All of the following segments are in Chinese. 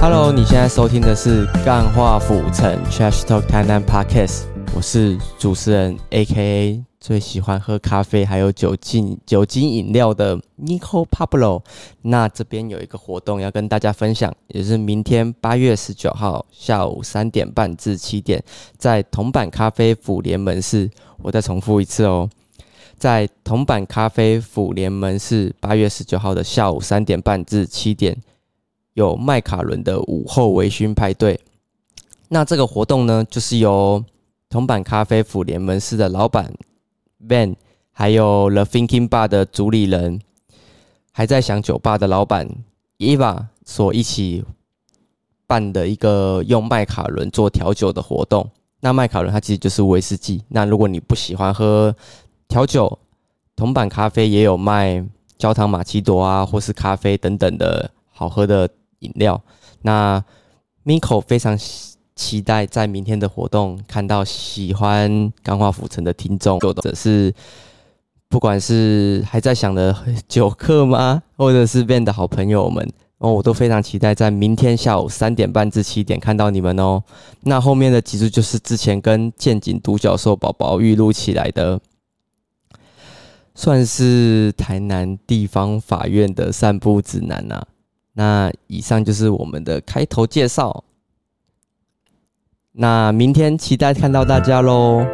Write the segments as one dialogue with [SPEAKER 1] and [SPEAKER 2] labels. [SPEAKER 1] Hello，你现在收听的是《干话府城 Trash Talk 台南 Podcast》，我是主持人 A.K.A 最喜欢喝咖啡还有酒精酒精饮料的 Nico Pablo。那这边有一个活动要跟大家分享，也是明天八月十九号下午三点半至七点，在铜板咖啡府联门市。我再重复一次哦，在铜板咖啡府联门市八月十九号的下午三点半至七点，有麦卡伦的午后微醺派对。那这个活动呢，就是由铜板咖啡府联门市的老板 Van，还有 The Thinking Bar 的主理人，还在想酒吧的老板 Eva 所一起办的一个用麦卡伦做调酒的活动。那麦卡伦它其实就是威士忌。那如果你不喜欢喝调酒，铜板咖啡也有卖焦糖玛奇朵啊，或是咖啡等等的好喝的饮料。那 Miko 非常期期待在明天的活动看到喜欢钢化浮城的听众，或者是不管是还在想的酒客吗，或者是变的好朋友们。哦，我都非常期待在明天下午三点半至七点看到你们哦。那后面的集数就是之前跟剑井独角兽宝宝预录起来的，算是台南地方法院的散步指南啊呐、那以上就是我们的开头介绍。那明天期待看到大家喽。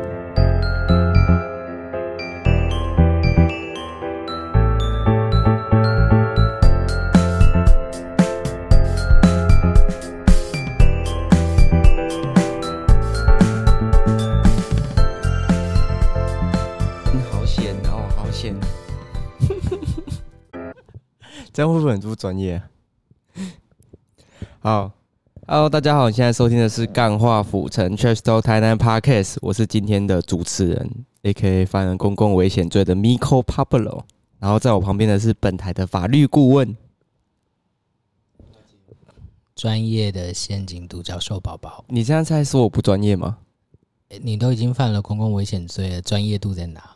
[SPEAKER 1] 好险哦，好 险！这样会不会很不专业、啊好，Hello，大家好，现在收听的是《干话府城 Trash Talk 台南 Podcast》，我是今天的主持人，A.K.A 犯人公共危险罪的 Miko Pablo，然后在我旁边的是本台的法律顾问。
[SPEAKER 2] 专业的陷阱独角兽宝宝，
[SPEAKER 1] 你这样在说我不专业吗？
[SPEAKER 2] 诶你都已经犯了公共危险罪了，专业度在哪？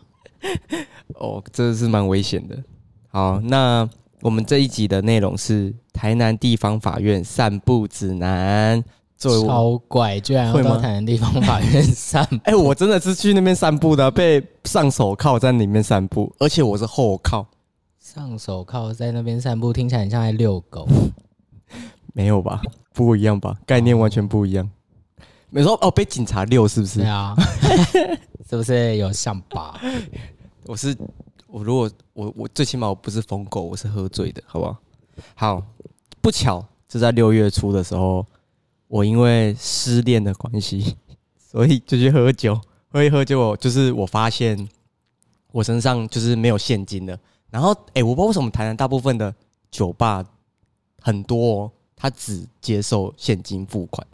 [SPEAKER 1] 哦，这是蛮危险的。好，那我们这一集的内容是台南地方法院散步指南。作为我，
[SPEAKER 2] 超怪，居然
[SPEAKER 1] 会
[SPEAKER 2] 要
[SPEAKER 1] 吗
[SPEAKER 2] 到台南地方法院散步。
[SPEAKER 1] 哎、我真的是去那边散步的啊，被上手铐在里面散步，而且我是后铐，
[SPEAKER 2] 上手铐在那边散步，听起来很像在遛 狗。
[SPEAKER 1] 没有吧？不一样吧？概念完全不一样。你说哦，被警察遛是不是
[SPEAKER 2] 对？啊， 是不是有像吧？
[SPEAKER 1] 我是我，如果我我最起码我不是疯狗，我是喝醉的，好不好？好，不巧就在六月初的时候，我因为失恋的关系， 所以就去喝酒。喝一喝，结果就是我发现我身上就是没有现金了。然后，哎、我不知道为什么台南大部分的酒吧很多、哦，它只接受现金付款。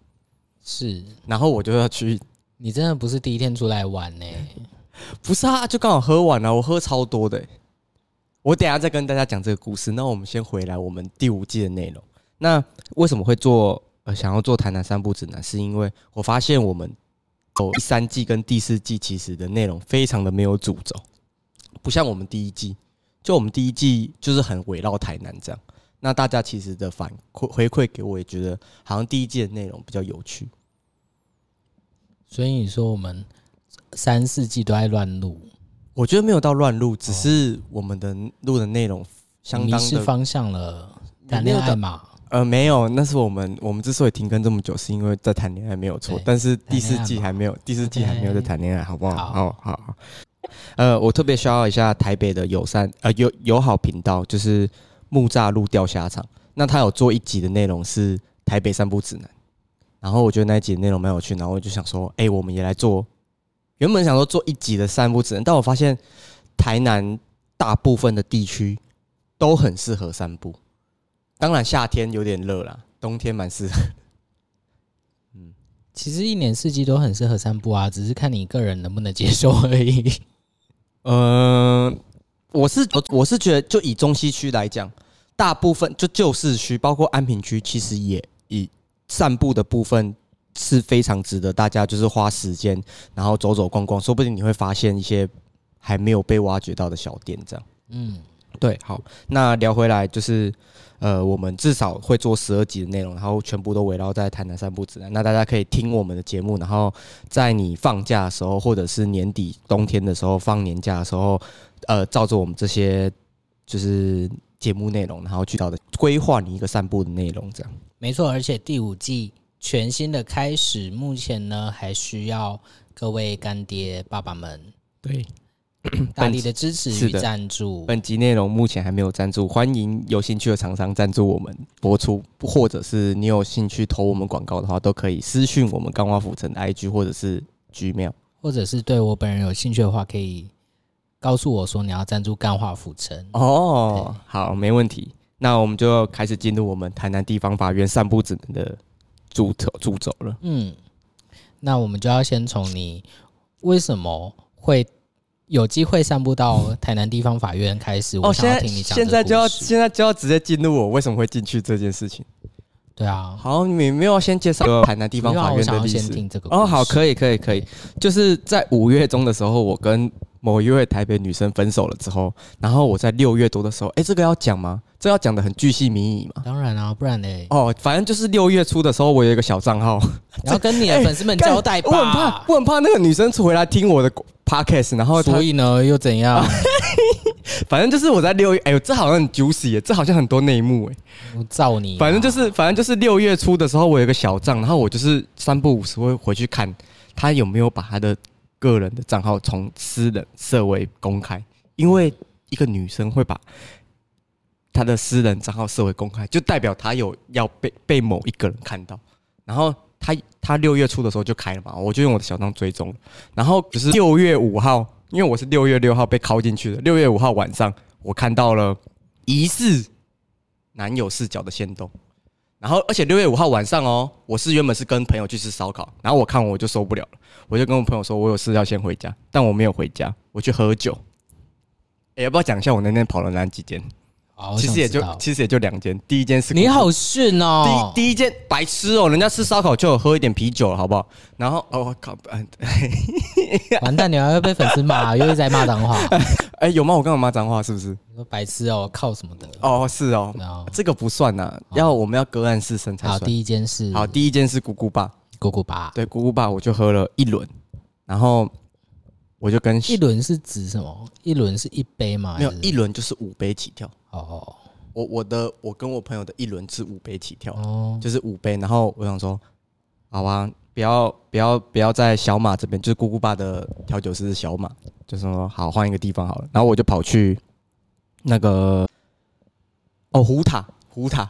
[SPEAKER 2] 是
[SPEAKER 1] 然后我就要去
[SPEAKER 2] 你真的不是第一天出来玩呢、
[SPEAKER 1] 不是啊，就刚好喝完了，我喝超多的欸。我等一下再跟大家讲这个故事。那我们先回来我们第五季的内容。那为什么会做呃想要做台南三部指南？是因为我发现我们有第三季跟第四季其实的内容非常的没有主轴，不像我们第一季，就我们第一季就是很围绕台南这样。那大家其实的反馈回馈给我，也觉得好像第一季的内容比较有趣。
[SPEAKER 2] 所以你说我们三四季都在乱录，
[SPEAKER 1] 我觉得没有到乱录，只是我们的录的内容相
[SPEAKER 2] 迷
[SPEAKER 1] 当
[SPEAKER 2] 失
[SPEAKER 1] 的
[SPEAKER 2] 方向了，谈
[SPEAKER 1] 没有
[SPEAKER 2] 恋
[SPEAKER 1] 到
[SPEAKER 2] 爱嘛。
[SPEAKER 1] 呃，没有，那是我们我们之所以停更这么久，是因为在谈恋爱没有错
[SPEAKER 2] 对，
[SPEAKER 1] 但是第
[SPEAKER 2] 谈
[SPEAKER 1] 四
[SPEAKER 2] 恋爱
[SPEAKER 1] 季
[SPEAKER 2] 嘛
[SPEAKER 1] 还没有，第四季还没有在
[SPEAKER 2] OK
[SPEAKER 1] 谈恋爱，好不好？
[SPEAKER 2] 好
[SPEAKER 1] 好好好。呃，我特别需要一下台北的友善呃友友好频道，就是木栅路钓虾场，那他有做一集的内容是台北散步指南，然后我觉得那一集的内容蛮有趣，然后我就想说，哎、我们也来做，原本想说做一集的散步指南，但我发现台南大部分的地区都很适合散步。当然夏天有点热啦，冬天蛮适合。
[SPEAKER 2] 其实一年四季都很适合散步啊，只是看你个人能不能接受而已。
[SPEAKER 1] 嗯，我是我我是觉得，就以中西区来讲，大部分就旧市区，包括安平区，其实也以散步的部分是非常值得大家就是花时间，然后走走逛逛，说不定你会发现一些还没有被挖掘到的小店，这样。
[SPEAKER 2] 嗯，
[SPEAKER 1] 对，好，那聊回来就是，呃，我们至少会做十二集的内容，然后全部都围绕在台南散步指南。那大家可以听我们的节目，然后在你放假的时候，或者是年底冬天的时候放年假的时候，呃，照着我们这些就是节目内容，然后去到的规划你一个散步的内容，这样。
[SPEAKER 2] 没错，而且第五季全新的开始，目前呢还需要各位干爹爸爸们
[SPEAKER 1] 对，
[SPEAKER 2] 大力的支持
[SPEAKER 1] 嗯是
[SPEAKER 2] 与
[SPEAKER 1] 的
[SPEAKER 2] 赞助。
[SPEAKER 1] 本集内容目前还没有赞助，欢迎有兴趣的厂商赞助我们播出，或者是你有兴趣投我们广告的话，都可以私讯我们钢化浮城的 IG 或者是 Gmail。
[SPEAKER 2] 或者是对我本人有兴趣的话，可以告诉我说你要赞助干化浮城。
[SPEAKER 1] 哦，好，没问题。那我们就要开始进入我们台南地方法院散步指南的主轴主轴了。
[SPEAKER 2] 嗯，那我们就要先从你为什么会有机会散步到台南地方法院开始。我想要听你讲这
[SPEAKER 1] 哦现
[SPEAKER 2] 个
[SPEAKER 1] 在就要
[SPEAKER 2] 故事
[SPEAKER 1] 现在就要直接进入我为什么会进去这件事情。
[SPEAKER 2] 对啊，
[SPEAKER 1] 好，你们没有先介 绍台南地方
[SPEAKER 2] 不要
[SPEAKER 1] 法
[SPEAKER 2] 啊我
[SPEAKER 1] 院
[SPEAKER 2] 想
[SPEAKER 1] 的
[SPEAKER 2] 要
[SPEAKER 1] 历
[SPEAKER 2] 先
[SPEAKER 1] 史
[SPEAKER 2] 听这个
[SPEAKER 1] 哦，好，
[SPEAKER 2] 以。
[SPEAKER 1] 可以，可以，可以
[SPEAKER 2] 对。
[SPEAKER 1] 就是在五月中的时候，我跟某一位台北女生分手了之后，然后我在六月多的时候，哎、这个要讲吗？这要讲的很巨细靡遗嘛。
[SPEAKER 2] 当然啊，不然嘞，
[SPEAKER 1] 哦，反正就是六月初的时候，我有一个小账号，
[SPEAKER 2] 你要跟你的粉丝们
[SPEAKER 1] 哎干
[SPEAKER 2] 交代
[SPEAKER 1] 我很怕
[SPEAKER 2] 吧，。
[SPEAKER 1] 我很怕那个女生回来听我的 podcast，然后她
[SPEAKER 2] 所以呢，又怎
[SPEAKER 1] 啊
[SPEAKER 2] 样？
[SPEAKER 1] 反正就是我在六月，哎、呦，这好像很 juicy，耶这好像很多内幕哎。
[SPEAKER 2] 我造你啊。
[SPEAKER 1] 反正就是，反正就是六月初的时候，我有一个小账，然后我就是三不五时会回去看他有没有把他的个人的账号从私人设为公开，因为一个女生会把她的私人账号设为公开，就代表她有要被被某一个人看到。然后她她六月初的时候就开了嘛，我就用我的小账追踪了，然后就是六月五号，因为我是六月六号被拷进去的，六月五号晚上我看到了疑似男友视角的线动。然后，而且六月五号晚上哦，我是原本是跟朋友去吃烧烤，然后我看我就受不了了，我就跟我朋友说，我有事要先回家，但我没有回家，我去喝酒。哎，要不要讲一下我那天跑了哪几间？
[SPEAKER 2] 好，哦我
[SPEAKER 1] 其
[SPEAKER 2] 想
[SPEAKER 1] 实也
[SPEAKER 2] 知
[SPEAKER 1] 就
[SPEAKER 2] 道
[SPEAKER 1] 其实也就两间，第一间是
[SPEAKER 2] 你好逊
[SPEAKER 1] 第
[SPEAKER 2] 哦。
[SPEAKER 1] 第一间白痴哦，人家吃烧烤就有喝一点啤酒了，好不好？然后哦我靠，嗯
[SPEAKER 2] 完蛋，你还会被粉 丝骂，又一直在骂脏话。
[SPEAKER 1] 哎、有吗？我跟我妈脏话是不是？
[SPEAKER 2] 你说白痴哦，靠什么的？
[SPEAKER 1] 哦，是哦，
[SPEAKER 2] 然后，
[SPEAKER 1] 这个不算呐、要我们要隔岸四声才
[SPEAKER 2] 哦好，
[SPEAKER 1] 算。
[SPEAKER 2] 第一件事，
[SPEAKER 1] 好，第一间是姑姑爸，
[SPEAKER 2] 姑姑吧。
[SPEAKER 1] 对姑姑爸我就喝了一轮，然后我就跟
[SPEAKER 2] 一轮是指什么？一轮是一杯吗？
[SPEAKER 1] 没有
[SPEAKER 2] 还是
[SPEAKER 1] 一轮就是五杯起跳。
[SPEAKER 2] 哦
[SPEAKER 1] 我我的我跟我朋友的一轮是五杯起跳，
[SPEAKER 2] 哦，
[SPEAKER 1] 就是五杯。然后我想说，好啊，不要不要不要在小马这边，就是姑姑爸的调酒师是小马，就说好换一个地方好了。然后我就跑去那个哦湖塔湖塔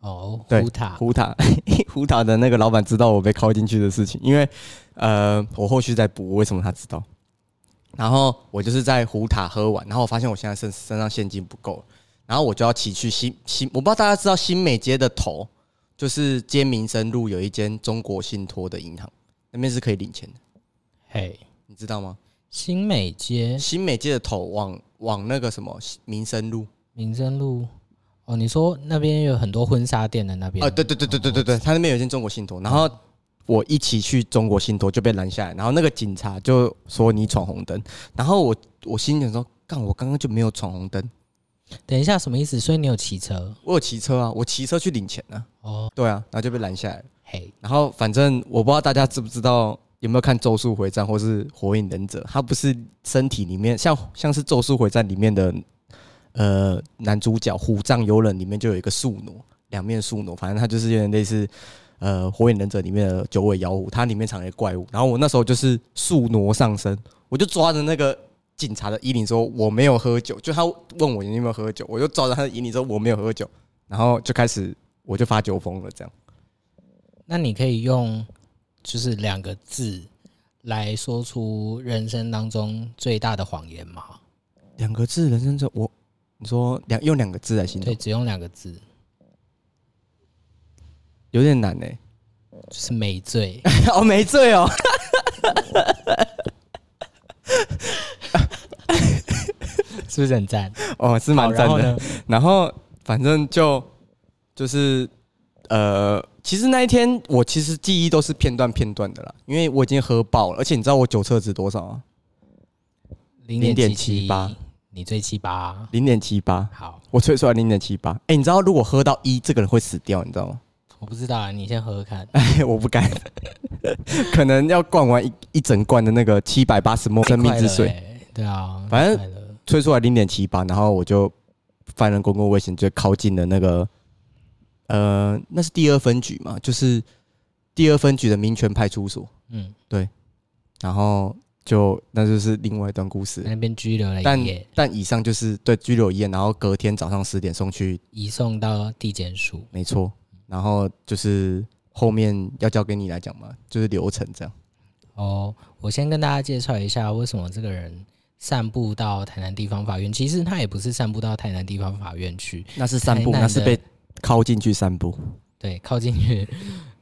[SPEAKER 2] 哦，
[SPEAKER 1] 对
[SPEAKER 2] 呼塔
[SPEAKER 1] 湖塔 湖塔的那个老板知道我被靠进去的事情，因为呃我后续再补为什么他知道。然后我就是在湖塔喝完，然后我发现我现在身身上现金不够了，然后我就要骑去新新，我不知道大家知道新美街的头，就是接民生路有一间中国信托的银行，那边是可以领钱的，
[SPEAKER 2] 嘿，
[SPEAKER 1] 你知道吗？
[SPEAKER 2] 新美街
[SPEAKER 1] 新美街的头往往那个什么民生路，
[SPEAKER 2] 民生路。哦，你说那边有很多婚纱店的那边嗯
[SPEAKER 1] 啊，对对对对对对对，他那边有一间中国信托，然后我一起去中国信托就被拦下来，然后那个警察就说你闯红灯，然后我我心里想说，干我刚刚就没有闯红灯，
[SPEAKER 2] 等一下什么意思？所以你有骑车
[SPEAKER 1] 我有骑车啊，我骑车去领钱啊，
[SPEAKER 2] 哦，
[SPEAKER 1] 对啊，然后就被拦下来了，
[SPEAKER 2] 嘿，
[SPEAKER 1] 然后反正我不知道大家知不知道。有没有看《咒术回战》或是《火影忍者》？他不是身体里面像像是《咒术回战》里面的呃男主角虎杖悠仁里面就有一个宿傩，两面宿傩，反正它就是有点类似呃《火影忍者》里面的九尾妖狐，它里面藏了一个怪物。然后我那时候就是宿傩上身，我就抓着那个警察的衣领说我没有喝酒，就他问我你有没有喝酒，我就抓着他的衣领说我没有喝酒，然后就开始我就发酒疯了这样。
[SPEAKER 2] 那你可以用就是两个字来说出人生当中最大的谎言吗？
[SPEAKER 1] 两个字，人生中我你说两用两个字来形
[SPEAKER 2] 对，
[SPEAKER 1] 容，
[SPEAKER 2] 只用两个字，
[SPEAKER 1] 有点难呢、
[SPEAKER 2] 就是美醉。
[SPEAKER 1] 哦，没醉 哦。
[SPEAKER 2] 是不是很赞？
[SPEAKER 1] 哦，是蛮赞
[SPEAKER 2] 好然
[SPEAKER 1] 的
[SPEAKER 2] 后。
[SPEAKER 1] 然后反正就就是呃，其实那一天我其实记忆都是片段片段的啦，因为我已经喝爆了，而且你知道我酒测值多少啊？
[SPEAKER 2] 零
[SPEAKER 1] 零点
[SPEAKER 2] 点
[SPEAKER 1] 七
[SPEAKER 2] 七
[SPEAKER 1] 八，
[SPEAKER 2] 你最七八、啊，
[SPEAKER 1] 零点七八，
[SPEAKER 2] 好，
[SPEAKER 1] 我吹出来零点七八。哎，你知道如果喝到一，这个人会死掉，你知道吗？
[SPEAKER 2] 我不知道啊，你先喝喝看。
[SPEAKER 1] 哎，我不敢，可能要灌完一一整罐的那个七百八十沫 生命之水，
[SPEAKER 2] 太快了欸对啊，
[SPEAKER 1] 反正
[SPEAKER 2] 太快了
[SPEAKER 1] 吹出来零点七八，然后我就犯了公共危险罪，靠近了那个呃，那是第二分局嘛，就是第二分局的民权派出所，
[SPEAKER 2] 嗯，
[SPEAKER 1] 然后就那就是另外一段故事。
[SPEAKER 2] 那边拘留了
[SPEAKER 1] 但
[SPEAKER 2] 一夜，
[SPEAKER 1] 但以上就是对拘留一夜，然后隔天早上十点送去，
[SPEAKER 2] 移送到地检署。
[SPEAKER 1] 没错。然后就是后面要交给你来讲嘛，就是流程这样。
[SPEAKER 2] 哦，我先跟大家介绍一下为什么这个人散步到台南地方法院。其实他也不是散步到台南地方法院去，
[SPEAKER 1] 那是散步，
[SPEAKER 2] 台南的
[SPEAKER 1] 那是被靠进去散步。
[SPEAKER 2] 对，靠近去，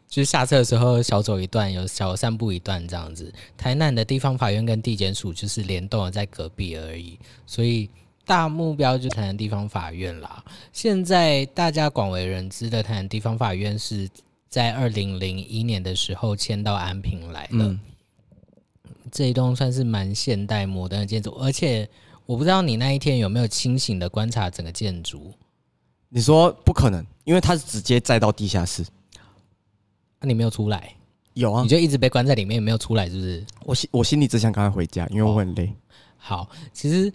[SPEAKER 2] 就是下车的时候小走一段，有小散步一段这样子。台南的地方法院跟地检署就是联动的在隔壁而已，所以大目标就台南地方法院啦。现在大家广为人知的台南地方法院是在二零零一年的时候迁到安平来的。
[SPEAKER 1] 嗯，
[SPEAKER 2] 这一栋算是蛮现代摩登的建筑，而且我不知道你那一天有没有清醒的观察整个建筑。
[SPEAKER 1] 你说不可能，因为他是直接载到地下室。
[SPEAKER 2] 那、啊你没有出来，
[SPEAKER 1] 有啊
[SPEAKER 2] 你，就一直被关在里面，也没有出来，是不是？
[SPEAKER 1] 我心我心里只想赶快回家，因
[SPEAKER 2] 哦
[SPEAKER 1] 为我很累。
[SPEAKER 2] 好，其实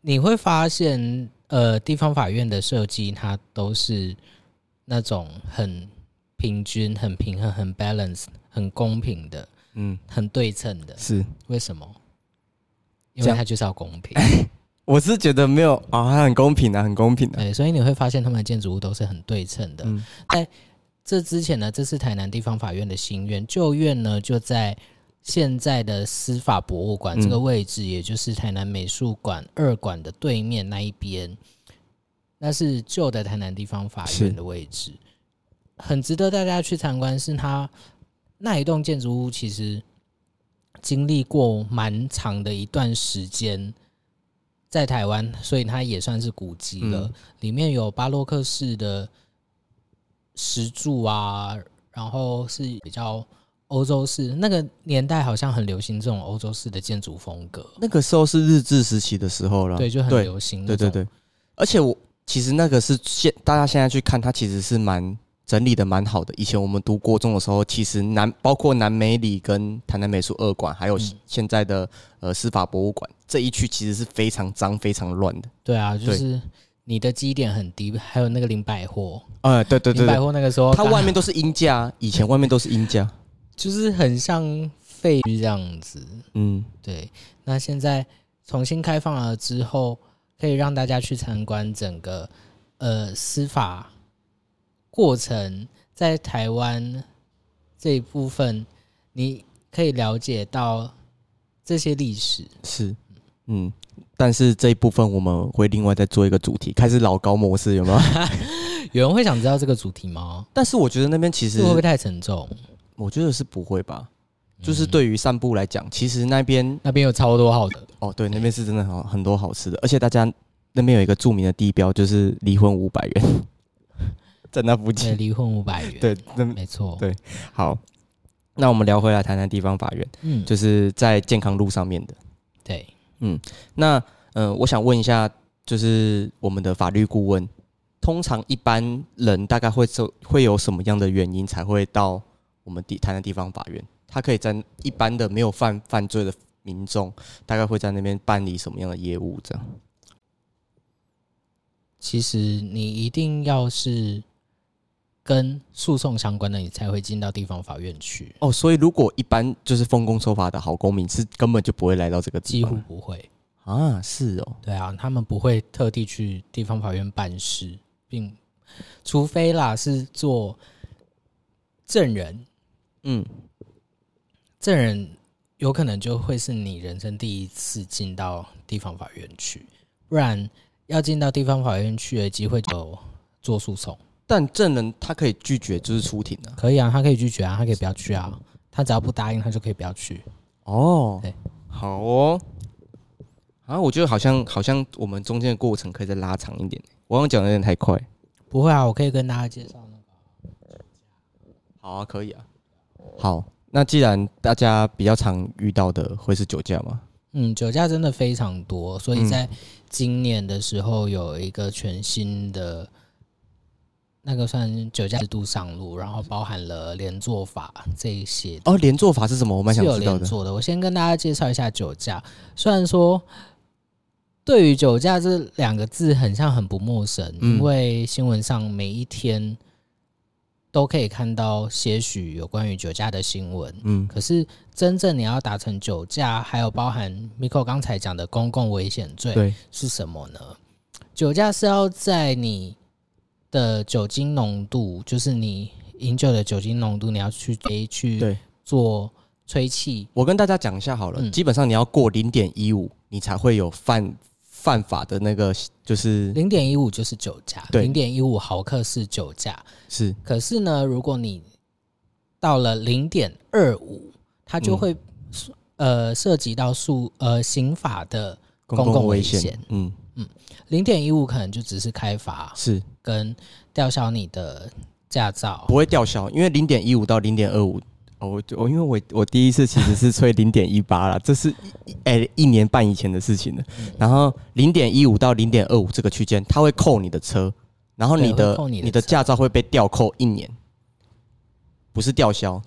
[SPEAKER 2] 你会发现，呃，地方法院的设计它都是那种很平均、很平衡、很 balance、很公平的、
[SPEAKER 1] 嗯，
[SPEAKER 2] 很对称的。
[SPEAKER 1] 是，
[SPEAKER 2] 为什么？因
[SPEAKER 1] 这
[SPEAKER 2] 为
[SPEAKER 1] 样
[SPEAKER 2] 它就是要公平。
[SPEAKER 1] 我是觉得没有啊，他很公平啊，很公平的、
[SPEAKER 2] 对，所以你会发现他们的建筑物都是很对称的。
[SPEAKER 1] 嗯
[SPEAKER 2] 在这之前呢，这是台南地方法院的新院，旧院呢就在现在的司法博物馆
[SPEAKER 1] 嗯
[SPEAKER 2] 这个位置，也就是台南美术馆二馆的对面那一边，那是旧的台南地方法
[SPEAKER 1] 是
[SPEAKER 2] 院的位置。很值得大家去参观，是它那一栋建筑物其实经历过蛮长的一段时间。在台湾，所以它也算是古迹了。
[SPEAKER 1] 嗯
[SPEAKER 2] 里面有巴洛克式的石柱啊，然后是比较欧洲式，那个年代好像很流行这种欧洲式的建筑风格，
[SPEAKER 1] 那个时候是日治时期的时候了，
[SPEAKER 2] 对，就很
[SPEAKER 1] 啊对
[SPEAKER 2] 流行。
[SPEAKER 1] 对对，对，而且我其实那个是现大家现在去看，它其实是蛮整理的蛮好的。以前我们读国中的时候，其实南包括南美里跟台南美术二馆，还有
[SPEAKER 2] 嗯
[SPEAKER 1] 现在的、呃司法博物馆这一区，其实是非常脏、非常乱的。
[SPEAKER 2] 对啊，就
[SPEAKER 1] 对
[SPEAKER 2] 是你的基点很低，还有那个林百货，
[SPEAKER 1] 呃，对对对
[SPEAKER 2] 林百
[SPEAKER 1] 对，
[SPEAKER 2] 货那个时候
[SPEAKER 1] 它外面都是阴架啊，以前外面都是阴架。
[SPEAKER 2] 就是很像废墟这样子。
[SPEAKER 1] 嗯，
[SPEAKER 2] 对，那现在重新开放了之后，可以让大家去参观整个呃司法过程，在台湾这一部分，你可以了解到这些历史。
[SPEAKER 1] 是，嗯。但是这一部分我们会另外再做一个主题，开始老高模式有没 有？
[SPEAKER 2] 有人会想知道这个主题吗？
[SPEAKER 1] 但是我觉得那边其
[SPEAKER 2] 这
[SPEAKER 1] 实
[SPEAKER 2] 会不会太沉重？
[SPEAKER 1] 我觉得是不会吧，就是对于散步来讲，其实那边
[SPEAKER 2] 那边有超多好的，
[SPEAKER 1] 哦，对，那边是真的好很多好吃的，而且大家那边有一个著名的地标，就是离婚五百元， 在那附
[SPEAKER 2] 对，
[SPEAKER 1] 近。
[SPEAKER 2] 离婚五百元，，
[SPEAKER 1] 对，那
[SPEAKER 2] 没错，
[SPEAKER 1] 对好，那我们聊回来谈谈地方法院，
[SPEAKER 2] 嗯，
[SPEAKER 1] 就是在健康路上面的。
[SPEAKER 2] 对，
[SPEAKER 1] 那嗯、呃我想问一下，就是我们的法律顾问，通常一般人大概会受会有什么样的原因才会到我们地台南地方法院？他可以在一般的没有犯犯罪的民众，大概会在那边办理什么样的业务？这样
[SPEAKER 2] 其实你一定要是跟诉讼相关的，你才会进到地方法院去，
[SPEAKER 1] 哦，所以如果一般就是奉公守法的好公民，是根本就不会来到这个地
[SPEAKER 2] 几乎
[SPEAKER 1] 方
[SPEAKER 2] 不会。
[SPEAKER 1] 啊？是哦，
[SPEAKER 2] 对啊，他们不会特地去地方法院办事，并除非啦是做证人，
[SPEAKER 1] 嗯，
[SPEAKER 2] 证人有可能就会是你人生第一次进到地方法院去，不然要进到地方法院去的机会就做诉讼。
[SPEAKER 1] 但证人他可以拒绝就是出庭的、
[SPEAKER 2] 可以啊，他可以拒绝啊，他可以不要去啊，他只要不答应，他就可以不要去。
[SPEAKER 1] 哦，
[SPEAKER 2] 对，
[SPEAKER 1] 好哦。啊，我觉得好像好像我们中间的过程可以再拉长一点。我刚刚讲的有点太快。
[SPEAKER 2] 不会啊，我可以跟大家介绍那个
[SPEAKER 1] 好啊，可以啊。好，那既然大家比较常遇到的会是酒驾嘛，
[SPEAKER 2] 嗯，酒驾真的非常多，所
[SPEAKER 1] 嗯
[SPEAKER 2] 以在今年的时候有一个全新的。那个算酒驾制度上路，然后包含了连坐法这一些
[SPEAKER 1] 哦，连坐法是什么？我蛮
[SPEAKER 2] 是
[SPEAKER 1] 想
[SPEAKER 2] 有
[SPEAKER 1] 知道
[SPEAKER 2] 连
[SPEAKER 1] 的。
[SPEAKER 2] 坐的。我先跟大家介绍一下酒驾。虽然说对于酒驾这两个字很像很不陌生，
[SPEAKER 1] 嗯
[SPEAKER 2] 因为新闻上每一天都可以看到些许有关于酒驾的新闻。
[SPEAKER 1] 嗯
[SPEAKER 2] 可是真正你要达成酒驾，还有包含 Miko 刚才讲的公共危险罪，
[SPEAKER 1] 对，
[SPEAKER 2] 是什么呢？酒驾是要在你的酒精浓度，就是你饮酒的酒精浓度，你要去追去
[SPEAKER 1] 对
[SPEAKER 2] 做吹气。
[SPEAKER 1] 我跟大家讲一下好了，
[SPEAKER 2] 嗯
[SPEAKER 1] 基本上你要过零点一五，你才会有犯犯法的那个，就是
[SPEAKER 2] 零点一五就是酒驾，
[SPEAKER 1] 对
[SPEAKER 2] 零点一五毫克是酒驾。
[SPEAKER 1] 是
[SPEAKER 2] 可是呢，如果你到了零点二五，它就
[SPEAKER 1] 嗯
[SPEAKER 2] 会、呃涉及到诉呃刑法的
[SPEAKER 1] 公
[SPEAKER 2] 公
[SPEAKER 1] 共
[SPEAKER 2] 共危
[SPEAKER 1] 危
[SPEAKER 2] 险
[SPEAKER 1] 险。嗯，
[SPEAKER 2] 零点一五，可能就只是开罚
[SPEAKER 1] 是
[SPEAKER 2] 跟吊销你的驾照
[SPEAKER 1] 不。会吊销，因为零点一五到零点二五。哦，我我因为我我第一次其实是吹零点一八啦，这是一一哎、一年半以前的事情了。然后零点一五到零点二五这个区间，它会扣你的车，然后
[SPEAKER 2] 对
[SPEAKER 1] 你的
[SPEAKER 2] 会扣你的
[SPEAKER 1] 的
[SPEAKER 2] 车
[SPEAKER 1] 驾照会被吊扣一年，不是吊销。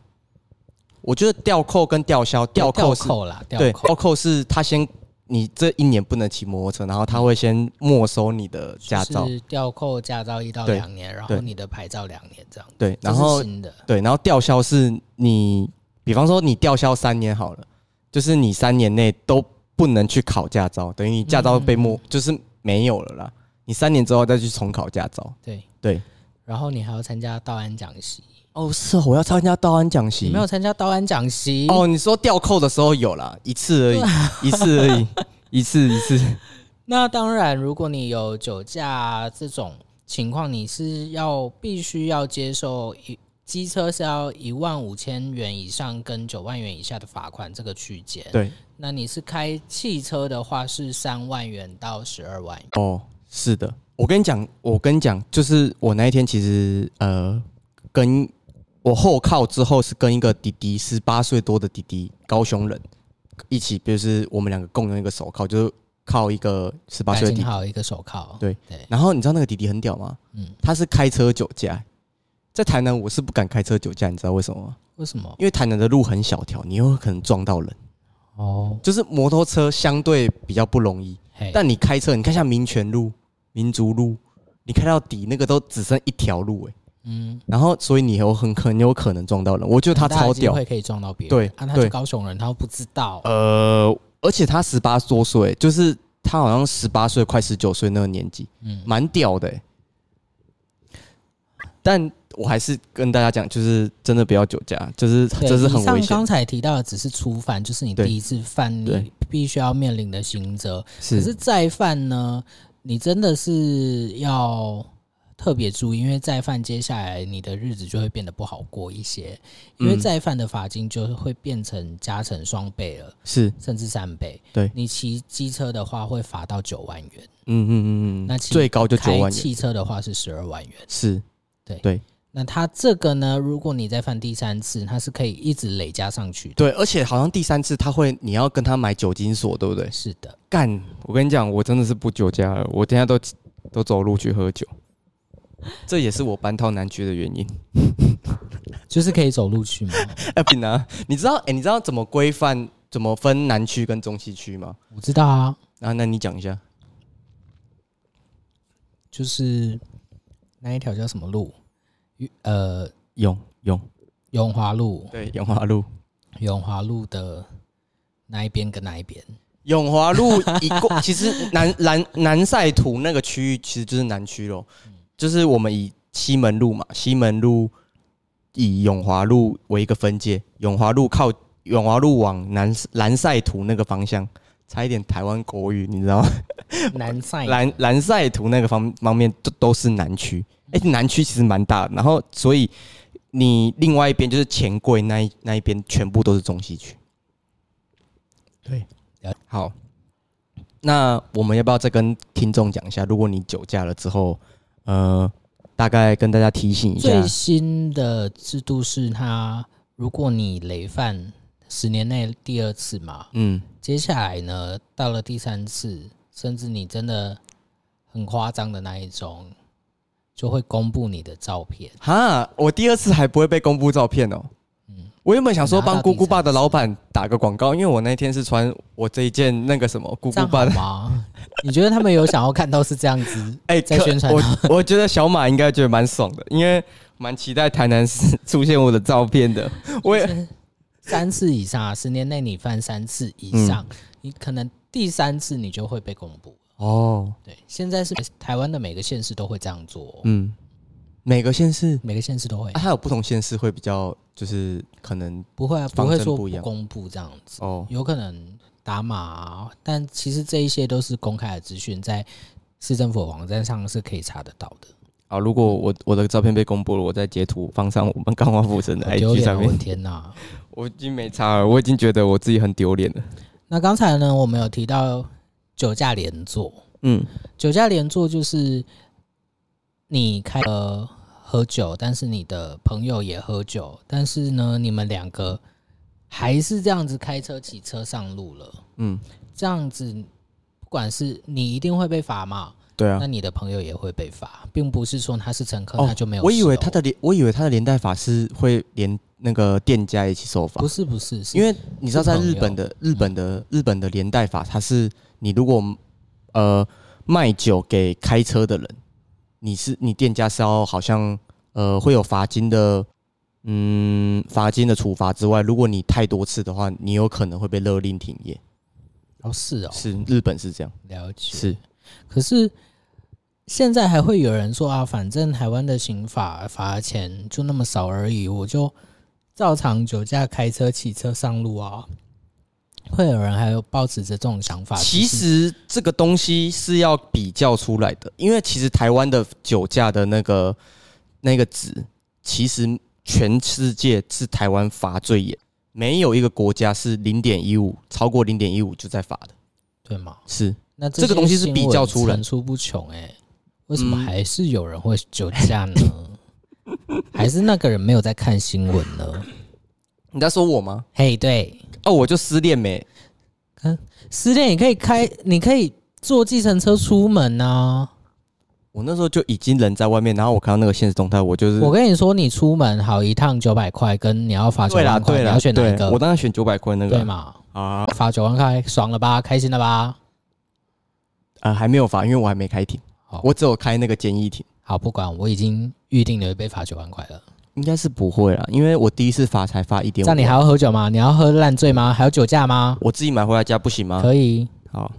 [SPEAKER 1] 我觉得吊扣跟吊销，吊扣
[SPEAKER 2] 吊
[SPEAKER 1] 是
[SPEAKER 2] 扣啦，吊
[SPEAKER 1] 对，
[SPEAKER 2] 扣
[SPEAKER 1] 吊扣是他先你这一年不能骑摩托车，然后他会先没收你的驾照
[SPEAKER 2] 就，是吊扣驾照一到
[SPEAKER 1] 对
[SPEAKER 2] 两年，然后
[SPEAKER 1] 对
[SPEAKER 2] 你的牌照两年这样。
[SPEAKER 1] 对，
[SPEAKER 2] 这
[SPEAKER 1] 然
[SPEAKER 2] 是
[SPEAKER 1] 后
[SPEAKER 2] 新的
[SPEAKER 1] 对，然后吊销是你，比方说你吊销三年好了，就是你三年内都不能去考驾照，等于你驾照被没，就是没有了啦。你三年之后再去重考驾照。
[SPEAKER 2] 对
[SPEAKER 1] 对，
[SPEAKER 2] 然后你还要参加道安讲习，
[SPEAKER 1] 哦，是哦我要参加道安讲
[SPEAKER 2] 你
[SPEAKER 1] 习
[SPEAKER 2] 没有参加道安讲习
[SPEAKER 1] 哦，你说吊扣的时候有啦，一次而已，一次而已，一次一 次。
[SPEAKER 2] 那当然，如果你有酒驾这种情况，你是要必须要接受一机车是要一万五千元以上跟九万元以下的罚款这个区间。
[SPEAKER 1] 对，
[SPEAKER 2] 那你是开汽车的话是三万元到十二万元。
[SPEAKER 1] 哦，是的，我跟你讲，我跟你讲，就是我那一天其实呃，跟我后靠之后是跟一个弟弟，十八岁多的弟弟，高雄人，一起，就是我们两个共用一个手铐，就是靠一个十八
[SPEAKER 2] 感
[SPEAKER 1] 岁的弟
[SPEAKER 2] 情
[SPEAKER 1] 弟。
[SPEAKER 2] 好一个手铐。
[SPEAKER 1] 对
[SPEAKER 2] 对，
[SPEAKER 1] 然后你知道那个弟弟很屌吗？
[SPEAKER 2] 嗯，
[SPEAKER 1] 他是开车酒驾，在台南我是不敢开车酒驾，你知道为什么吗？
[SPEAKER 2] 为什么？
[SPEAKER 1] 因为台南的路很小条，你有可能撞到人，
[SPEAKER 2] 哦，
[SPEAKER 1] 就是摩托车相对比较不容易。
[SPEAKER 2] 嘿
[SPEAKER 1] 但你开车，你看像民权路、民族路，你开到底那个都只剩一条路哎、
[SPEAKER 2] 嗯，
[SPEAKER 1] 然后所以你有很可很有可能撞到人，我觉得他
[SPEAKER 2] 很大的
[SPEAKER 1] 超
[SPEAKER 2] 机
[SPEAKER 1] 屌
[SPEAKER 2] 会，可以撞到别人。
[SPEAKER 1] 对
[SPEAKER 2] 啊，他
[SPEAKER 1] 对
[SPEAKER 2] 是高雄人，他不知道。
[SPEAKER 1] 呃，而且他十八多岁，就是他好像十八岁快十九岁那个年纪，
[SPEAKER 2] 嗯，
[SPEAKER 1] 蛮屌的、欸。但我还是跟大家讲，就是真的不要酒驾，就是
[SPEAKER 2] 对
[SPEAKER 1] 这是很
[SPEAKER 2] 以
[SPEAKER 1] 危
[SPEAKER 2] 上
[SPEAKER 1] 险
[SPEAKER 2] 刚，才提到的只是初犯，就是你
[SPEAKER 1] 对
[SPEAKER 2] 第一次犯，你
[SPEAKER 1] 对
[SPEAKER 2] 必须要面临的刑责。可是
[SPEAKER 1] 是
[SPEAKER 2] 再犯呢，你真的是要特别注意，因为再犯接下来你的日子就会变得不好过一些，因为
[SPEAKER 1] 嗯
[SPEAKER 2] 再犯的罚金就会变成加成双倍了，
[SPEAKER 1] 是，
[SPEAKER 2] 甚至三倍。
[SPEAKER 1] 对
[SPEAKER 2] 你骑机车的话会罚到九万元，
[SPEAKER 1] 嗯嗯嗯嗯，
[SPEAKER 2] 那其实
[SPEAKER 1] 最高就九
[SPEAKER 2] 开
[SPEAKER 1] 万元，
[SPEAKER 2] 汽车的话是十二万元。
[SPEAKER 1] 是
[SPEAKER 2] 那它这个呢，如果你再犯第三次，它是可以一直累加上去的。
[SPEAKER 1] 对，而且好像第三次他会，你要跟他买酒精锁，对不对？
[SPEAKER 2] 是的，
[SPEAKER 1] 干，我跟你讲，我真的是不酒驾了，我等一下都都走路去喝酒，这也是我搬到南区的原因。
[SPEAKER 2] 就是可以走路去吗？
[SPEAKER 1] 哎，不然啊，你知道，哎、你知道怎么规范、怎么分南区跟中西区吗？
[SPEAKER 2] 我知道啊，
[SPEAKER 1] 啊，那你讲一下。
[SPEAKER 2] 就是那一条叫什么路？于呃，
[SPEAKER 1] 永永
[SPEAKER 2] 永华路，
[SPEAKER 1] 对永华路，
[SPEAKER 2] 永华路的那一边跟那一 边。
[SPEAKER 1] 永华路一过， 其实南南南赛图那个区域其实就是南区咯，就是我们以西门路嘛，西门路以永华路为一个分界，永华路靠永华路往南南赛图那个方向，差一点台湾国语，你知道吗？
[SPEAKER 2] 南赛
[SPEAKER 1] 蓝蓝赛图那个方方面都都是南区，哎、南区其实蛮大的，然后所以你另外一边就是钱柜那一那一边全部都是中西区。
[SPEAKER 2] 对，
[SPEAKER 1] 好，那我们要不要再跟听众讲一下，如果你酒驾了之后，呃，大概跟大家提醒一下
[SPEAKER 2] 最，新的制度是它，如果你累犯十年内第二次嘛，
[SPEAKER 1] 嗯，
[SPEAKER 2] 接下来呢，到了第三次，甚至你真的很夸张的那一种，就会公布你的照片。
[SPEAKER 1] 哈，我第二次还不会被公布照片哦。我原本想说
[SPEAKER 2] 嗯拿到
[SPEAKER 1] 帮姑姑
[SPEAKER 2] 第三
[SPEAKER 1] 爸的老板打个广告，因为我那天是穿我这一件那个什么姑
[SPEAKER 2] 这
[SPEAKER 1] 姑
[SPEAKER 2] 样
[SPEAKER 1] 爸
[SPEAKER 2] 好
[SPEAKER 1] 的，
[SPEAKER 2] 吗？ 你觉得他们有想要看到是这样子
[SPEAKER 1] 哎、
[SPEAKER 2] 在
[SPEAKER 1] 可
[SPEAKER 2] 宣传
[SPEAKER 1] 我我觉得小马应该觉得蛮爽的，因为蛮期待台南市 出现我的照片的。我也
[SPEAKER 2] 三次以上啊，十年内你犯三次以
[SPEAKER 1] 嗯
[SPEAKER 2] 上，你可能第三次你就会被公布。
[SPEAKER 1] 哦，
[SPEAKER 2] 对，现在是台湾的每个县市都会这样做哦、
[SPEAKER 1] 嗯，每个县市
[SPEAKER 2] 每个县市都会
[SPEAKER 1] 啊，，还有不同县市会比较，就是可能
[SPEAKER 2] 不会啊，
[SPEAKER 1] 方
[SPEAKER 2] 不会
[SPEAKER 1] 针
[SPEAKER 2] 说
[SPEAKER 1] 不一样
[SPEAKER 2] 公布这样子，
[SPEAKER 1] 哦，
[SPEAKER 2] 有可能打码啊、但其实这一些都是公开的资讯，在市政府的网站上是可以查得到的。
[SPEAKER 1] 啊，如果我我的照片被公布了，我再截图放上我们钢化附身的
[SPEAKER 2] 好
[SPEAKER 1] IG
[SPEAKER 2] 丢脸
[SPEAKER 1] 上
[SPEAKER 2] 啊！我的
[SPEAKER 1] 面，
[SPEAKER 2] 天哪！
[SPEAKER 1] 我已经没差了，我已经觉得我自己很丢脸了。
[SPEAKER 2] 那刚才呢，我们有提到酒驾连坐，
[SPEAKER 1] 嗯，
[SPEAKER 2] 酒驾连坐就是你开呃喝酒，但是你的朋友也喝酒，但是呢，你们两个还是这样子开车、骑车上路了。
[SPEAKER 1] 嗯，
[SPEAKER 2] 这样子，不管是你一定会被罚嘛，
[SPEAKER 1] 对啊
[SPEAKER 2] 那。你的朋友也会被罚，并不是说他是乘客、
[SPEAKER 1] 哦
[SPEAKER 2] 他就没有事哦。
[SPEAKER 1] 我以为他的连，我以为他的连带法是会连那个店家一起受罚
[SPEAKER 2] 不，是不是，是
[SPEAKER 1] 因为你知道，
[SPEAKER 2] 是嗯
[SPEAKER 1] 在
[SPEAKER 2] 朋
[SPEAKER 1] 日
[SPEAKER 2] 友
[SPEAKER 1] 本的日本的日本的连带法，它是你如果呃卖酒给开车的人，你是你店家是要好像呃会有罚金的，嗯，罚金的处罚之外，如果你太多次的话，你有可能会被勒令停业。
[SPEAKER 2] 哦是哦，
[SPEAKER 1] 是日本是这样，
[SPEAKER 2] 了解
[SPEAKER 1] 是
[SPEAKER 2] 可是现在还会有人说啊，反正台湾的刑法罚钱就那么少而已，我就照常酒驾开车、骑车上路啊。会有人还有抱持着这种想法？
[SPEAKER 1] 其
[SPEAKER 2] 就是
[SPEAKER 1] 实这个东西是要比较出来的，因为其实台湾的酒驾的那个那个值，其实全世界是台湾罚最严，没有一个国家是零点一五超过零点一五就在罚的。
[SPEAKER 2] 对吗？
[SPEAKER 1] 是
[SPEAKER 2] 那
[SPEAKER 1] 这个东西是比较出
[SPEAKER 2] 出
[SPEAKER 1] 人
[SPEAKER 2] 层出不穷哎、为什么
[SPEAKER 1] 嗯
[SPEAKER 2] 还是有人会酒驾呢？ 还是那个人没有在看新闻呢？
[SPEAKER 1] 你在说我吗？
[SPEAKER 2] 嘿、对，
[SPEAKER 1] 哦，我就失恋没？
[SPEAKER 2] 失恋也可以开，你可以坐计程车出门啊。
[SPEAKER 1] 我那时候就已经人在外面，然后我看到那个现实动态，我就是
[SPEAKER 2] 我跟你说，你出门好一趟九百块，跟你要罚九
[SPEAKER 1] 对啦
[SPEAKER 2] 万块，
[SPEAKER 1] 对
[SPEAKER 2] 你
[SPEAKER 1] 啦，
[SPEAKER 2] 要选哪一
[SPEAKER 1] 对我
[SPEAKER 2] 个？
[SPEAKER 1] 当然选九百块那
[SPEAKER 2] 对
[SPEAKER 1] 个
[SPEAKER 2] 嘛？
[SPEAKER 1] 啊
[SPEAKER 2] 罚九万块，爽了吧？开心了吧？
[SPEAKER 1] 啊还没有罚，因为我还没开庭
[SPEAKER 2] 好，
[SPEAKER 1] 我只有开那个简易庭。
[SPEAKER 2] 好，不管，我已经预定你会被罚九万块了。
[SPEAKER 1] 应该是不会啦，因为我第一次罚才罚一点五。
[SPEAKER 2] 这样你还要喝酒吗？你要喝烂醉吗？还有酒驾吗？
[SPEAKER 1] 我自己买回来家不行吗？
[SPEAKER 2] 可以，
[SPEAKER 1] 好，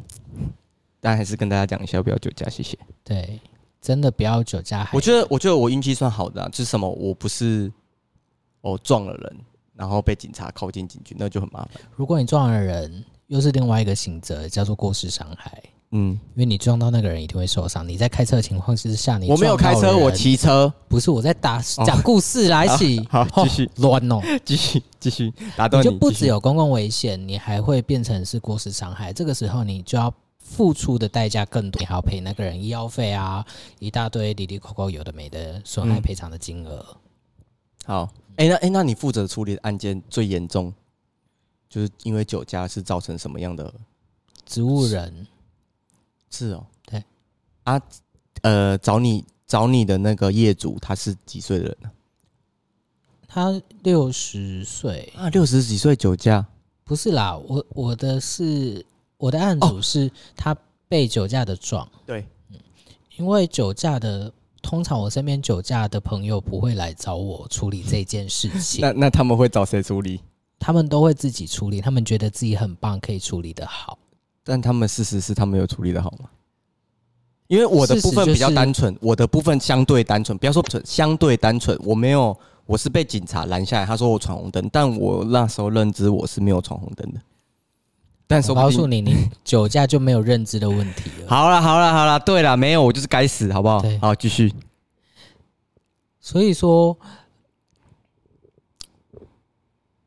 [SPEAKER 1] 但还是跟大家讲一下，不要酒驾，谢谢。
[SPEAKER 2] 对，真的不要酒驾。还
[SPEAKER 1] 我觉得，我觉得我运气算好的、啊，就是什么，我不是哦撞了人，然后被警察靠近警局，那就很麻烦。
[SPEAKER 2] 如果你撞了人，又是另外一个刑责，叫做过失伤害，
[SPEAKER 1] 嗯，
[SPEAKER 2] 因为你撞到那个人一定会受伤。你在开车的情况之下，你
[SPEAKER 1] 我没有
[SPEAKER 2] 撞到
[SPEAKER 1] 开车，
[SPEAKER 2] 人
[SPEAKER 1] 我骑车。
[SPEAKER 2] 不是我在打讲故事来一起
[SPEAKER 1] 哦好好 继续
[SPEAKER 2] 哦乱哦。
[SPEAKER 1] 继续，继续打断
[SPEAKER 2] 你
[SPEAKER 1] 你。
[SPEAKER 2] 就不
[SPEAKER 1] 继续
[SPEAKER 2] 只有公共危险，你还会变成是过失伤害。这个时候你就要付出的代价更多，你还要赔那个人医药费啊，一大堆里里扣扣有的没的损害
[SPEAKER 1] 嗯
[SPEAKER 2] 赔偿的金额。
[SPEAKER 1] 好。哎、那哎、那你负责处理的案件最严重，就是因为酒驾是造成什么样的？
[SPEAKER 2] 植物人
[SPEAKER 1] 是哦，
[SPEAKER 2] 对
[SPEAKER 1] 啊，呃，找你找你的那个业主他是几岁的人啊？
[SPEAKER 2] 他六十岁，
[SPEAKER 1] 啊，六十几岁酒驾，
[SPEAKER 2] 不是啦，我我的是我的案
[SPEAKER 1] 哦
[SPEAKER 2] 主是他被酒驾的撞，
[SPEAKER 1] 对，
[SPEAKER 2] 因为酒驾的。通常我身边酒驾的朋友不会来找我处理这件事情，
[SPEAKER 1] 那那他们会找谁处理？
[SPEAKER 2] 他们都会自己处理，他们觉得自己很棒，可以处理得好。
[SPEAKER 1] 但他们事实是他们有处理的好吗？因为我的
[SPEAKER 2] 事实
[SPEAKER 1] 部分比较
[SPEAKER 2] 就是
[SPEAKER 1] 单纯，我的部分相对单纯，不要说纯，相对单纯，我没有，我是被警察拦下来，他说我闯红灯，但我那时候认知我是没有闯红灯的，但说
[SPEAKER 2] 我
[SPEAKER 1] 不
[SPEAKER 2] 告
[SPEAKER 1] 定
[SPEAKER 2] 诉你，你酒驾就没有认知的问题了。
[SPEAKER 1] 好了好了好了，对了，没有，我就是该死，好不好
[SPEAKER 2] 对？
[SPEAKER 1] 好，继续，
[SPEAKER 2] 所以说，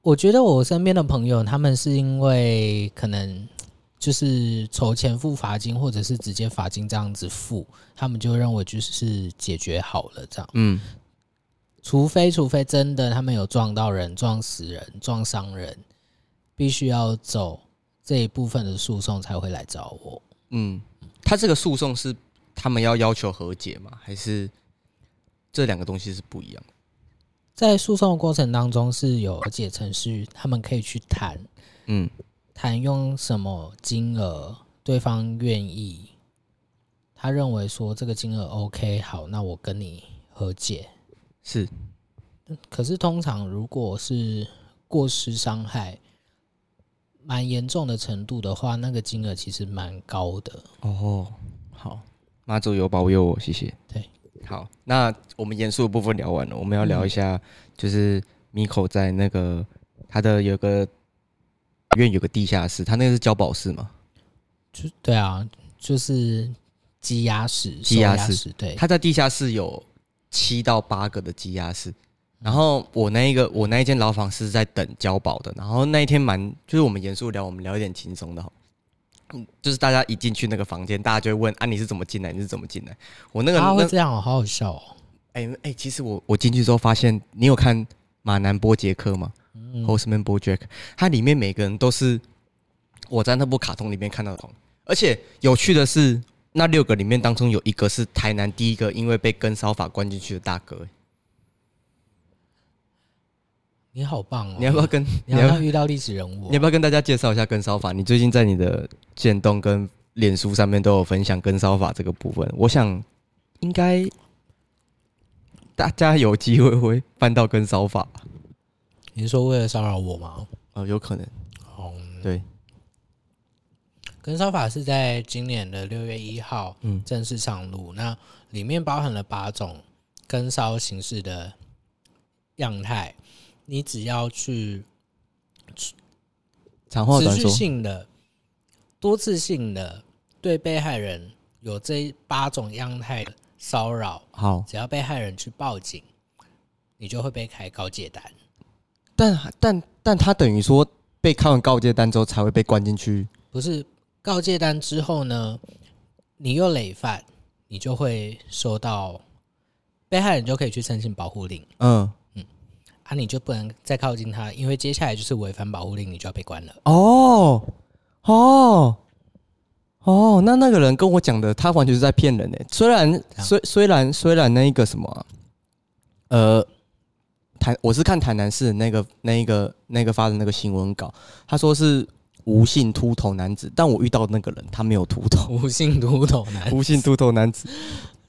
[SPEAKER 2] 我觉得我身边的朋友，他们是因为可能就是筹钱付罚金，或者是直接罚金这样子付，他们就认为就是解决好了这样。
[SPEAKER 1] 嗯，
[SPEAKER 2] 除非除非真的他们有撞到人、撞死人、撞伤人，必须要走这一部分的诉讼才会来找我。
[SPEAKER 1] 嗯，他这个诉讼是他们要要求和解吗？还是这两个东西是不一样的？
[SPEAKER 2] 在诉讼的过程当中是有和解程序，他们可以去谈
[SPEAKER 1] 嗯，
[SPEAKER 2] 谈用什么金额，对方愿意，他认为说这个金额 OK，好，那我跟你和解。
[SPEAKER 1] 是
[SPEAKER 2] 可是通常如果是过失伤害蛮严重的程度的话，那个金额其实蛮高的。
[SPEAKER 1] 哦，好，妈祖有保佑我，谢谢。
[SPEAKER 2] 对，
[SPEAKER 1] 好，那我们严肃的部分聊完了，我们要聊一下，就是 Miko 在那个他的有个院有个地下室，他那个是交保室嘛？
[SPEAKER 2] 就对啊，就是积压室、
[SPEAKER 1] 积压
[SPEAKER 2] 收
[SPEAKER 1] 室
[SPEAKER 2] 室，对，
[SPEAKER 1] 他在地下室有七到八个的积压室，然后我那一个我那一间牢房是在等交保的，然后那一天蛮就是我们严肃聊，我们聊一点轻松的好。嗯就是大家一进去那个房间，大家就会问啊，你是怎么进来？你是怎么进来？我那个
[SPEAKER 2] 他
[SPEAKER 1] 那
[SPEAKER 2] 会这样、哦，好好笑哦。
[SPEAKER 1] 哎、哎、其实我我进去之后发现，你有看马南波杰克吗、h o s m a n BoJack，它里面每个人都是我在那部卡通里面看到的同，而且有趣的是，那六个里面当中有一个是台南第一个因为被跟烧法关进去的大哥、哎
[SPEAKER 2] 你好棒哦！
[SPEAKER 1] 你要不要跟
[SPEAKER 2] 你
[SPEAKER 1] 你
[SPEAKER 2] 好
[SPEAKER 1] 要不要
[SPEAKER 2] 像遇到历史人物哦、
[SPEAKER 1] 你要不要跟大家介绍一下跟烧法？你最近在你的建动跟脸书上面都有分享跟烧法这个部分，我想应该大家有机会会办到跟烧法吧，
[SPEAKER 2] 你是说为了骚扰我吗？
[SPEAKER 1] 哦，有可能
[SPEAKER 2] 哦，
[SPEAKER 1] 对。
[SPEAKER 2] 跟烧法是在今年的六月一号
[SPEAKER 1] 嗯
[SPEAKER 2] 正式上路，那里面包含了八种跟烧形式的样态，你只要去
[SPEAKER 1] 长话短
[SPEAKER 2] 持续
[SPEAKER 1] 说，
[SPEAKER 2] 性的、多次性的对被害人有这八种样态的骚扰，
[SPEAKER 1] 好，
[SPEAKER 2] 只要被害人去报警，你就会被开告戒单。
[SPEAKER 1] 但但但他等于说被看完告诫单之后才会被关进去，
[SPEAKER 2] 不是告戒单之后呢，你又累犯，你就会收到被害人就可以去申请保护令
[SPEAKER 1] 嗯，
[SPEAKER 2] 啊，你就不能再靠近他，因为接下来就是违反保护令，你就要被关了。
[SPEAKER 1] 哦哦哦，那那个人跟我讲的，他完全是在骗人呢。虽然
[SPEAKER 2] 啊
[SPEAKER 1] 虽虽然虽然那一个什么啊、呃，台我是看台南市的那个那一个那个发的那个新闻稿，他说是无姓秃头男子，但我遇到的那个人他没有秃头，
[SPEAKER 2] 无性毒头男，
[SPEAKER 1] 无姓秃头男子。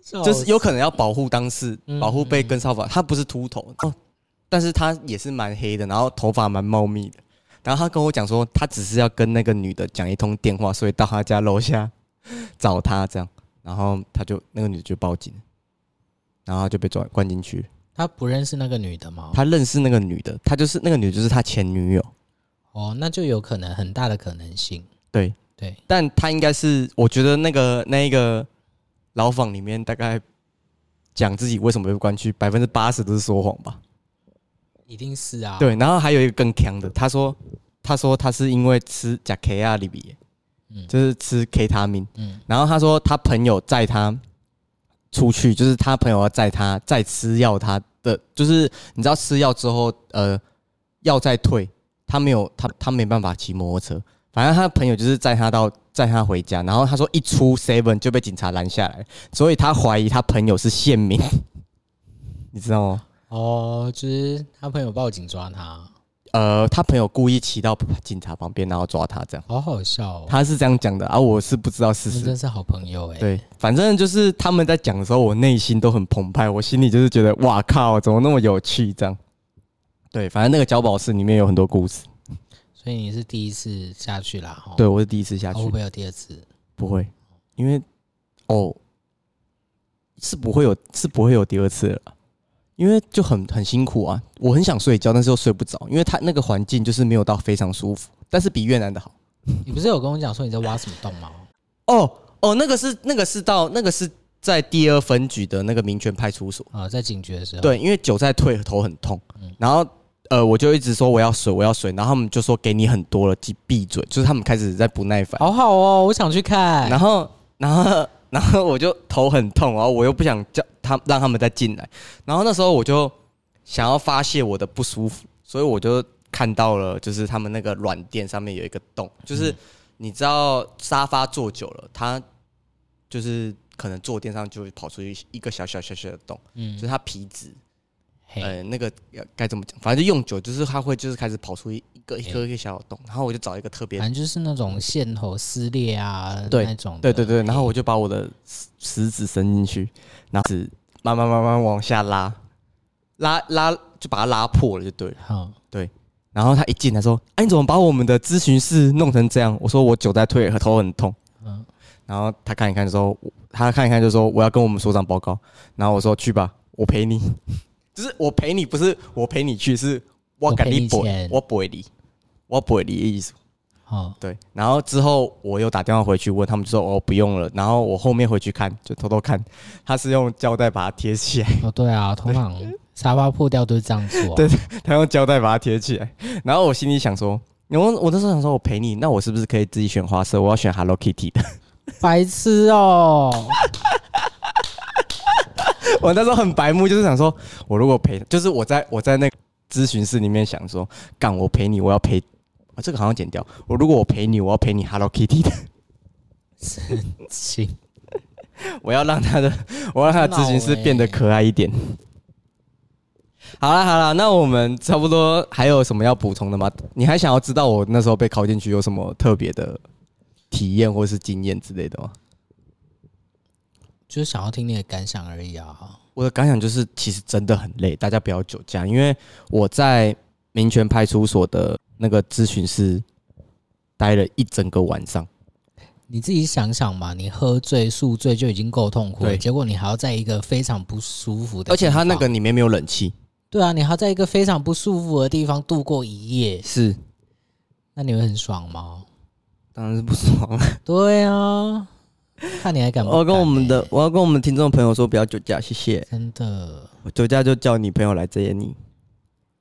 [SPEAKER 1] 就
[SPEAKER 2] 就是
[SPEAKER 1] 有可能要保护当事
[SPEAKER 2] 嗯，
[SPEAKER 1] 保护被跟骚法，他不是秃头哦，但是他也是蛮黑的，然后头发蛮茂密的。然后他跟我讲说，他只是要跟那个女的讲一通电话，所以到他家楼下找他这样，然后他就那个女的就报警，然后他就被抓关进去。
[SPEAKER 2] 他不认识那个女的吗？
[SPEAKER 1] 他认识那个女的，他就是那个女的就是他前女友，
[SPEAKER 2] 哦，那就有可能很大的可能性。
[SPEAKER 1] 对，
[SPEAKER 2] 对，
[SPEAKER 1] 但他应该是我觉得那个那一个牢房里面大概讲自己为什么被关去，百分之八十都是说谎吧。
[SPEAKER 2] 一定是啊。，
[SPEAKER 1] 对，然后还有一个更强的，他说，他说他是因为吃甲 K 啊里比，
[SPEAKER 2] 嗯
[SPEAKER 1] 就是吃 K 他命，
[SPEAKER 2] 嗯
[SPEAKER 1] 然后他说他朋友载他出去，就是他朋友要载他，再吃药他的，就是你知道吃药之后，呃，药再退，他没有他他没办法骑摩托车，反正他朋友就是载他到载他回家，然后他说一出 seven 就被警察拦下来，所以他怀疑他朋友是县民，你知道吗？
[SPEAKER 2] 哦，就是他朋友报警抓他，
[SPEAKER 1] 呃，他朋友故意骑到警察旁边，然后抓他这样，
[SPEAKER 2] 好好笑哦。
[SPEAKER 1] 他是这样讲的啊，我是不知道
[SPEAKER 2] 他
[SPEAKER 1] 事
[SPEAKER 2] 们
[SPEAKER 1] 实。
[SPEAKER 2] 真是好朋友哎、
[SPEAKER 1] 对，反正就是他们在讲的时候，我内心都很澎湃，我心里就是觉得哇靠，怎么那么有趣这样？对，反正那个碉堡室里面有很多故事。
[SPEAKER 2] 所以你是第一次下去啦，吼
[SPEAKER 1] 对，我是第一次下
[SPEAKER 2] 哦
[SPEAKER 1] 去，
[SPEAKER 2] 会不会有第二次？
[SPEAKER 1] 不会，因为哦，是不会有是不会有第二次了，因为就很很辛苦啊。我很想睡觉，但是又睡不着，因为他那个环境就是没有到非常舒服，但是比越南的好。
[SPEAKER 2] 你不是有跟我讲说你在挖什么洞 吗？
[SPEAKER 1] 哦哦，那个是那个是到那个是在第二分局的那个民权派出所。
[SPEAKER 2] 啊、在警局的时候，，
[SPEAKER 1] 对，因为韭菜退头很痛，然后呃，我就一直说我要水，我要水，然后他们就说给你很多了，闭闭嘴，就是他们开始在不耐烦。
[SPEAKER 2] 好好哦，我想去看。
[SPEAKER 1] 然后，然后，然后我就头很痛，然后我又不想叫他让他们再进来。然后那时候我就想要发泄我的不舒服，所以我就看到了，就是他们那个软垫上面有一个洞，就是你知道沙发坐久了，它就是可能坐垫上就会跑出一一个小小小小的洞，
[SPEAKER 2] 嗯哎
[SPEAKER 1] 就是它皮质，
[SPEAKER 2] 嘿，
[SPEAKER 1] 呃，那个要该怎么讲，反正就用久就是它会就是开始跑出一一个一个一个小小洞，然后我就找一个特别
[SPEAKER 2] 反正就是那种线头撕裂啊，
[SPEAKER 1] 对
[SPEAKER 2] 那种的，
[SPEAKER 1] 对对对，然后我就把我的食食指伸进去，然后指慢慢慢慢往下拉，拉拉就把它拉破了就对了。
[SPEAKER 2] 好，
[SPEAKER 1] 然后他一进来说：“哎、你怎么把我们的咨询室弄成这样？”我说：“我久在退，头很痛。”
[SPEAKER 2] 嗯
[SPEAKER 1] 然后他看一看就说：“我他看一看就说我要跟我们所长报告。”然后我说：“去吧，我陪你。” 就是我陪你，不是我陪你去，是我
[SPEAKER 2] 我
[SPEAKER 1] 跟
[SPEAKER 2] 陪
[SPEAKER 1] 你
[SPEAKER 2] 你
[SPEAKER 1] 不
[SPEAKER 2] 钱
[SPEAKER 1] 我不会离，我不会离的意思。
[SPEAKER 2] 好，
[SPEAKER 1] 对，然后之后我又打电话回去问他们，就说哦不用了。然后我后面回去看，就偷偷看，他是用胶带把它贴起来，
[SPEAKER 2] 哦对啊，通常沙发破掉都是这样做，啊
[SPEAKER 1] 对 他用胶带把它贴起来。然后我心里想说，我我那时候想说，我陪你，那我是不是可以自己选花色？我要选 Hello Kitty 的。
[SPEAKER 2] 白痴哦、
[SPEAKER 1] 我那时候很白目，就是想说，我如果陪，就是我在我在那个咨询室里面想说，干我陪你，我要陪，啊这个好像剪掉。我如果我陪你，我要陪你 Hello Kitty 的，
[SPEAKER 2] 行，
[SPEAKER 1] 我要让他 的，我要让他的咨询室变得可爱一点。好啦好啦，那我们差不多还有什么要补充的吗？你还想要知道我那时候被考进去有什么特别的体验或是经验之类的吗？
[SPEAKER 2] 就是想要听你的感想而已啊。
[SPEAKER 1] 我的感想就是，其实真的很累，大家不要酒驾。因为我在民权派出所的那个咨询室待了一整个晚上，
[SPEAKER 2] 你自己想想嘛，你喝醉宿醉就已经够痛苦了，
[SPEAKER 1] 对
[SPEAKER 2] 结果你还要在一个非常不舒服的，
[SPEAKER 1] 而且他那个里面没有冷气，
[SPEAKER 2] 对啊，你还要在一个非常不舒服的地方度过一夜，
[SPEAKER 1] 是
[SPEAKER 2] 那你会很爽吗？
[SPEAKER 1] 当然是不爽了。
[SPEAKER 2] 对啊，看你还敢不敢欸、
[SPEAKER 1] 我要跟我们的，我要跟我们听众朋友说，不要酒驾，谢谢。
[SPEAKER 2] 真的
[SPEAKER 1] 酒驾就叫你朋友来遮掩你，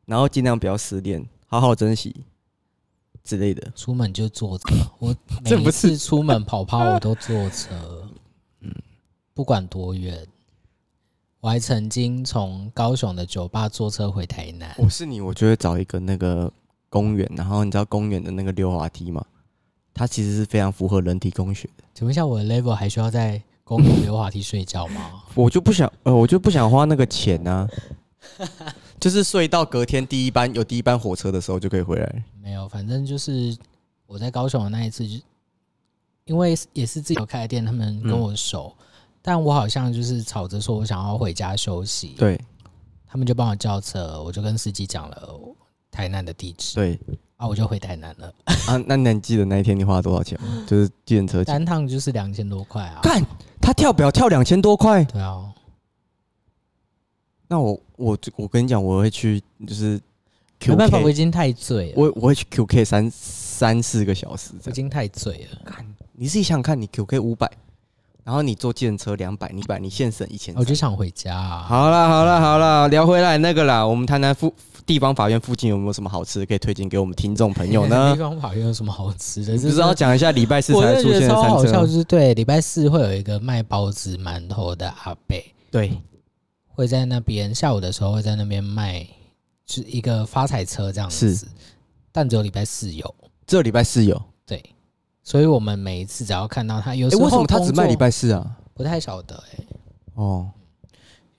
[SPEAKER 1] 然后尽量不要失恋，好好珍惜之类的。
[SPEAKER 2] 出门就坐着，我 每
[SPEAKER 1] 这不是
[SPEAKER 2] 一次出门跑 趴我都坐着，不管多远。我还曾经从高雄的酒吧坐车回台南，
[SPEAKER 1] 我是你，我就会找一个那个公园，然后你知道公园的那个溜滑梯吗？它其实是非常符合人体工学。
[SPEAKER 2] 请问一下，我的 level 还需要在公园溜滑梯睡觉吗？
[SPEAKER 1] 我就不想，呃，我就不想花那个钱啊。 就是睡到隔天第一班有第一班火车的时候就可以回来。
[SPEAKER 2] 没有，反正就是我在高雄的那一次，就因为也是自己有开的店，他们跟我熟，
[SPEAKER 1] 嗯
[SPEAKER 2] 但我好像就是吵着说我想要回家休息，
[SPEAKER 1] 对
[SPEAKER 2] 他们就帮我叫车，我就跟司机讲了我台南的地址，
[SPEAKER 1] 对
[SPEAKER 2] 啊，我就回台南了，
[SPEAKER 1] 啊，那那你记得那一天你花了多少钱吗？就是计程车钱。
[SPEAKER 2] 单趟就是两千多块啊，
[SPEAKER 1] 看他跳表跳两千多块，
[SPEAKER 2] 对啊，
[SPEAKER 1] 那我我我跟你讲，我会去就是
[SPEAKER 2] 没办法，我已
[SPEAKER 1] QK，
[SPEAKER 2] 经太醉了，
[SPEAKER 1] 我我会去 QK 三三四个小时这
[SPEAKER 2] 我已
[SPEAKER 1] 样。
[SPEAKER 2] 经太醉了，
[SPEAKER 1] 你自己想想看，你 QK 五百，然后你坐计程车两百，你把你现省一千
[SPEAKER 2] 哦我。就想回家、啊，
[SPEAKER 1] 好啦好啦好啦，聊回来那个啦，我们谈谈附地方法院附近有没有什么好吃的可以推荐给我们听众朋友呢
[SPEAKER 2] 地？方法院有什么好吃的？
[SPEAKER 1] 你
[SPEAKER 2] 这
[SPEAKER 1] 不是要讲一下礼拜四
[SPEAKER 2] 我
[SPEAKER 1] 才
[SPEAKER 2] 就
[SPEAKER 1] 出
[SPEAKER 2] 觉
[SPEAKER 1] 现
[SPEAKER 2] 得
[SPEAKER 1] 的
[SPEAKER 2] 超好
[SPEAKER 1] 餐
[SPEAKER 2] 笑，
[SPEAKER 1] 车
[SPEAKER 2] 就？是对，礼拜四会有一个卖包子、馒头的阿贝，
[SPEAKER 1] 对，
[SPEAKER 2] 会在那边下午的时候会在那边卖，就是一个发财车这样
[SPEAKER 1] 是
[SPEAKER 2] 子，但只有礼拜四有，
[SPEAKER 1] 只有礼拜四有。
[SPEAKER 2] 对，所以我们每一次只要看到他，有
[SPEAKER 1] 哎、
[SPEAKER 2] 时候
[SPEAKER 1] 为什么他只卖礼
[SPEAKER 2] 工
[SPEAKER 1] 拜四啊？
[SPEAKER 2] 作？不太晓得哎、
[SPEAKER 1] 哦，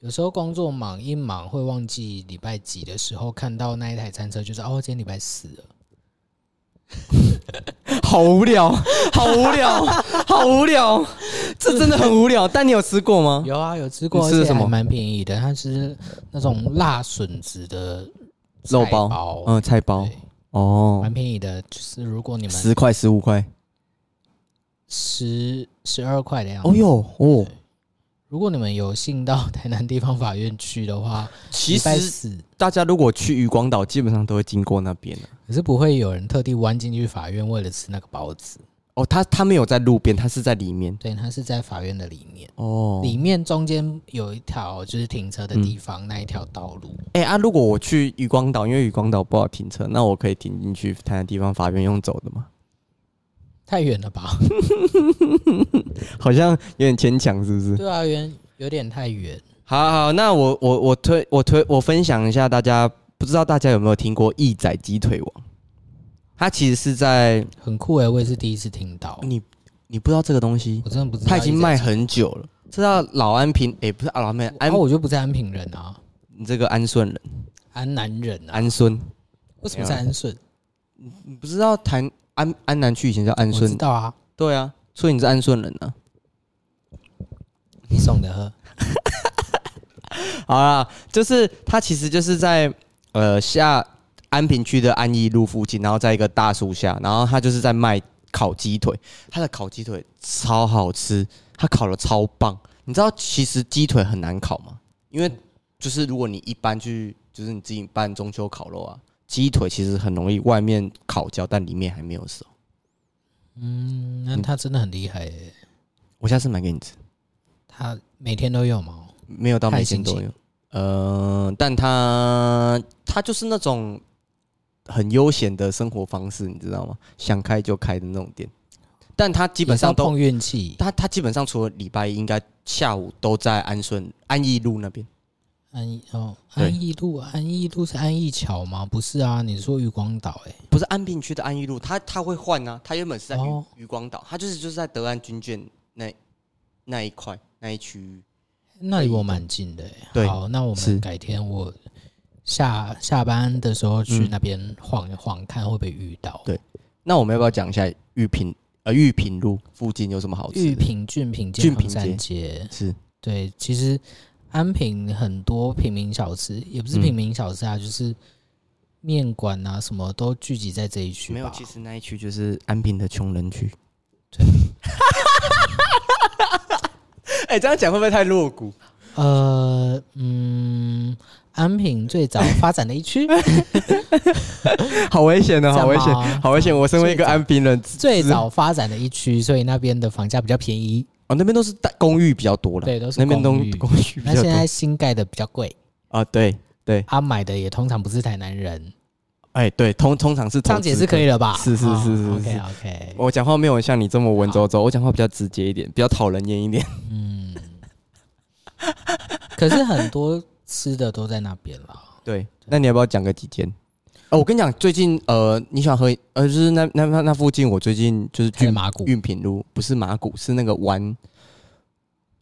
[SPEAKER 2] 有时候工作忙一忙会忘记礼拜几的时候看到那一台餐车，就是哦，今天礼拜四了。
[SPEAKER 1] 好无聊，好无聊，好无聊， 这真的很无聊。但你有吃过吗？
[SPEAKER 2] 有啊，有吃过，
[SPEAKER 1] 你吃的
[SPEAKER 2] 而且
[SPEAKER 1] 什么
[SPEAKER 2] 还蛮便宜的，它是那种辣笋子的
[SPEAKER 1] 肉
[SPEAKER 2] 菜
[SPEAKER 1] 包
[SPEAKER 2] 包
[SPEAKER 1] 嗯，菜包
[SPEAKER 2] 对
[SPEAKER 1] 哦
[SPEAKER 2] 蛮，便宜的，就是如果你们
[SPEAKER 1] 十块十五块。
[SPEAKER 2] 十十二块的样子，
[SPEAKER 1] 哦哟哦，
[SPEAKER 2] 如果你们有幸到台南地方法院去的话，
[SPEAKER 1] 其
[SPEAKER 2] 礼拜
[SPEAKER 1] 实
[SPEAKER 2] 四
[SPEAKER 1] 大家如果去渔光岛，基本上都会经过那边啊的、
[SPEAKER 2] 可是不会有人特地弯进去法院为了吃那个包子，
[SPEAKER 1] 哦，他他没有在路边，他是在里面。
[SPEAKER 2] 对，它是在法院的里面，
[SPEAKER 1] 哦，
[SPEAKER 2] 里面中间有一条就是停车的地方，那一条道路，
[SPEAKER 1] 哎、啊，如果我去渔光岛，因为渔光岛不好停车，那我可以停进去台南地方法院用走的吗？
[SPEAKER 2] 太远 了吧？
[SPEAKER 1] 好像有点牵强，是不是？
[SPEAKER 2] 对啊，远有点太远。
[SPEAKER 1] 好好，那我我我推我推我分享一下大家不知道大家有没有听过义仔鸡腿王？它其实是在
[SPEAKER 2] 很酷欸诶、我也是第一次听到，
[SPEAKER 1] 你你不知道这个东西，
[SPEAKER 2] 我真的不知道。
[SPEAKER 1] 它已经卖很久了。知道老安平，诶，不是啊老安平，
[SPEAKER 2] 然
[SPEAKER 1] 安
[SPEAKER 2] 后、我就不是安平人啊，
[SPEAKER 1] 你这个安顺人，
[SPEAKER 2] 安南人啊，
[SPEAKER 1] 安孙，
[SPEAKER 2] 为什么
[SPEAKER 1] 啊
[SPEAKER 2] 是安顺？
[SPEAKER 1] 你不知道台安安南区以前叫安
[SPEAKER 2] 我知
[SPEAKER 1] 顺，
[SPEAKER 2] 道啊，
[SPEAKER 1] 对啊，所以你是安顺人啊。
[SPEAKER 2] 你送的呵，
[SPEAKER 1] 好啦，就是它其实就是在呃下安平区的安义路附近，然后在一个大树下，然后它就是在卖烤鸡腿，它的烤鸡腿超好吃，它烤的超棒。你知道其实鸡腿很难烤吗？因为就是如果你一般去就是你自己办中秋烤肉啊，鸡腿其实很容易外面烤焦，但里面还没有熟。
[SPEAKER 2] 嗯，那他真的很厉害诶、
[SPEAKER 1] 我下次买给你吃，
[SPEAKER 2] 他每天都有哦吗？
[SPEAKER 1] 没有到每天都
[SPEAKER 2] 看
[SPEAKER 1] 有。呃，但它它就是那种很悠闲的生活方式，你知道吗？想开就开的那种店，但它基
[SPEAKER 2] 基
[SPEAKER 1] 本上都
[SPEAKER 2] 碰运气。
[SPEAKER 1] 它它基本上除了礼拜一，应该下午都在安顺安义路那边。
[SPEAKER 2] 安义哦，
[SPEAKER 1] 对
[SPEAKER 2] 安义路，安义路是安义桥吗？不是啊，你说渔光岛欸诶、
[SPEAKER 1] 不是安平区的安义路，它它会换啊，它原本是在渔
[SPEAKER 2] 哦
[SPEAKER 1] 渔、光岛，它就是就是在德安军舰那那一块那一区域。
[SPEAKER 2] 那离我蛮近的、欸。
[SPEAKER 1] 对
[SPEAKER 2] 好，那我
[SPEAKER 1] 是
[SPEAKER 2] 们改天我下下班的时候去
[SPEAKER 1] 嗯
[SPEAKER 2] 那边晃一晃，看会不会遇到。
[SPEAKER 1] 对那我们要不要讲一下玉屏呃玉屏路附近有什么好吃的？
[SPEAKER 2] 玉屏、郡平、
[SPEAKER 1] 郡
[SPEAKER 2] 健
[SPEAKER 1] 平
[SPEAKER 2] 康
[SPEAKER 1] 街
[SPEAKER 2] 三街，
[SPEAKER 1] 是
[SPEAKER 2] 对，其实安平很多平民小吃，也不是
[SPEAKER 1] 嗯
[SPEAKER 2] 平民小吃啊，就是面馆啊，什么都聚集在这一区吧。
[SPEAKER 1] 没有，其实那一区就是安平的穷人区。
[SPEAKER 2] 对。
[SPEAKER 1] 哎、这样讲会不会太露骨？
[SPEAKER 2] 呃，嗯，安平最早发展的一区，
[SPEAKER 1] 好危险 啊的，好危
[SPEAKER 2] 这
[SPEAKER 1] 险
[SPEAKER 2] 样吗，
[SPEAKER 1] 好危险！我身为一个安平人，
[SPEAKER 2] 最早发展的一区，所以那边的房价比较便宜。
[SPEAKER 1] 哦，那边都是大公寓比较多了，
[SPEAKER 2] 对都是
[SPEAKER 1] 那边都
[SPEAKER 2] 公寓
[SPEAKER 1] 公寓比
[SPEAKER 2] 那
[SPEAKER 1] 较
[SPEAKER 2] 现
[SPEAKER 1] 多
[SPEAKER 2] 在新盖的比较贵，
[SPEAKER 1] 啊。对对，
[SPEAKER 2] 啊，买的也通常不是台南人，
[SPEAKER 1] 哎、对，通通哦常是
[SPEAKER 2] 这样解释可以
[SPEAKER 1] 了。
[SPEAKER 2] 了吧？哦
[SPEAKER 1] 是是是是是
[SPEAKER 2] OK OK，
[SPEAKER 1] 我讲话没有像你这么文绉绉，我讲话比较直接一点，比较讨人厌一 点。
[SPEAKER 2] 嗯，可是很多吃的都在那边啦。
[SPEAKER 1] 对，那你要不要讲个几间？哦，我跟你讲，最近呃，你想喝呃，就是那那那那附近，我最近就是
[SPEAKER 2] 还有
[SPEAKER 1] 郡
[SPEAKER 2] 麻古
[SPEAKER 1] 运品路，不是马古，是那个玩，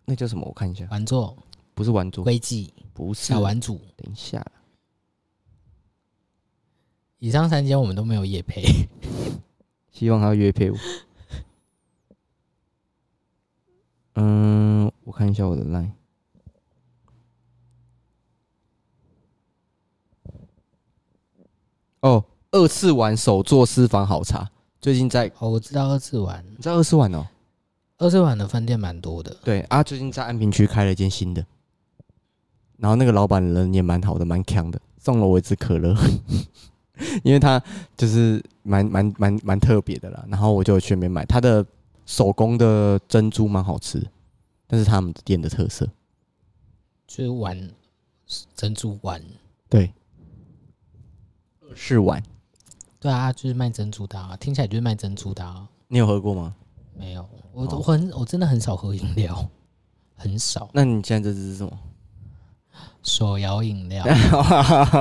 [SPEAKER 1] 那叫什么？我看一下，
[SPEAKER 2] 玩座、
[SPEAKER 1] 不是玩桌，
[SPEAKER 2] 龟记、
[SPEAKER 1] 不是
[SPEAKER 2] 小。玩主，
[SPEAKER 1] 等一下，
[SPEAKER 2] 以上三间我们都没有夜配。
[SPEAKER 1] 希望他约配我。 嗯，我看一下我的 line。哦，二次碗手作私房好茶，最近在
[SPEAKER 2] 哦，我知道二次碗，
[SPEAKER 1] 你知道二次碗哦？
[SPEAKER 2] 二次碗的分店蛮多的。
[SPEAKER 1] 对啊，最近在安平区开了一间新的，然后那个老板人也蛮好的，蛮强的，送了我一支可乐， 因为他就是蛮蛮蛮蛮特别的啦。然后我就去那边买，他的手工的珍珠蛮好吃，但是他们店的特色。
[SPEAKER 2] 就是玩珍珠丸，
[SPEAKER 1] 对，是碗，
[SPEAKER 2] 对啊，就是卖珍珠的、啊，听起来就是卖珍珠的、啊。
[SPEAKER 1] 你有喝过吗？
[SPEAKER 2] 没有，我、
[SPEAKER 1] 哦
[SPEAKER 2] 我很我真的很少喝饮料，很少
[SPEAKER 1] 那你现在这支是什么？
[SPEAKER 2] 手摇饮料。
[SPEAKER 1] 哎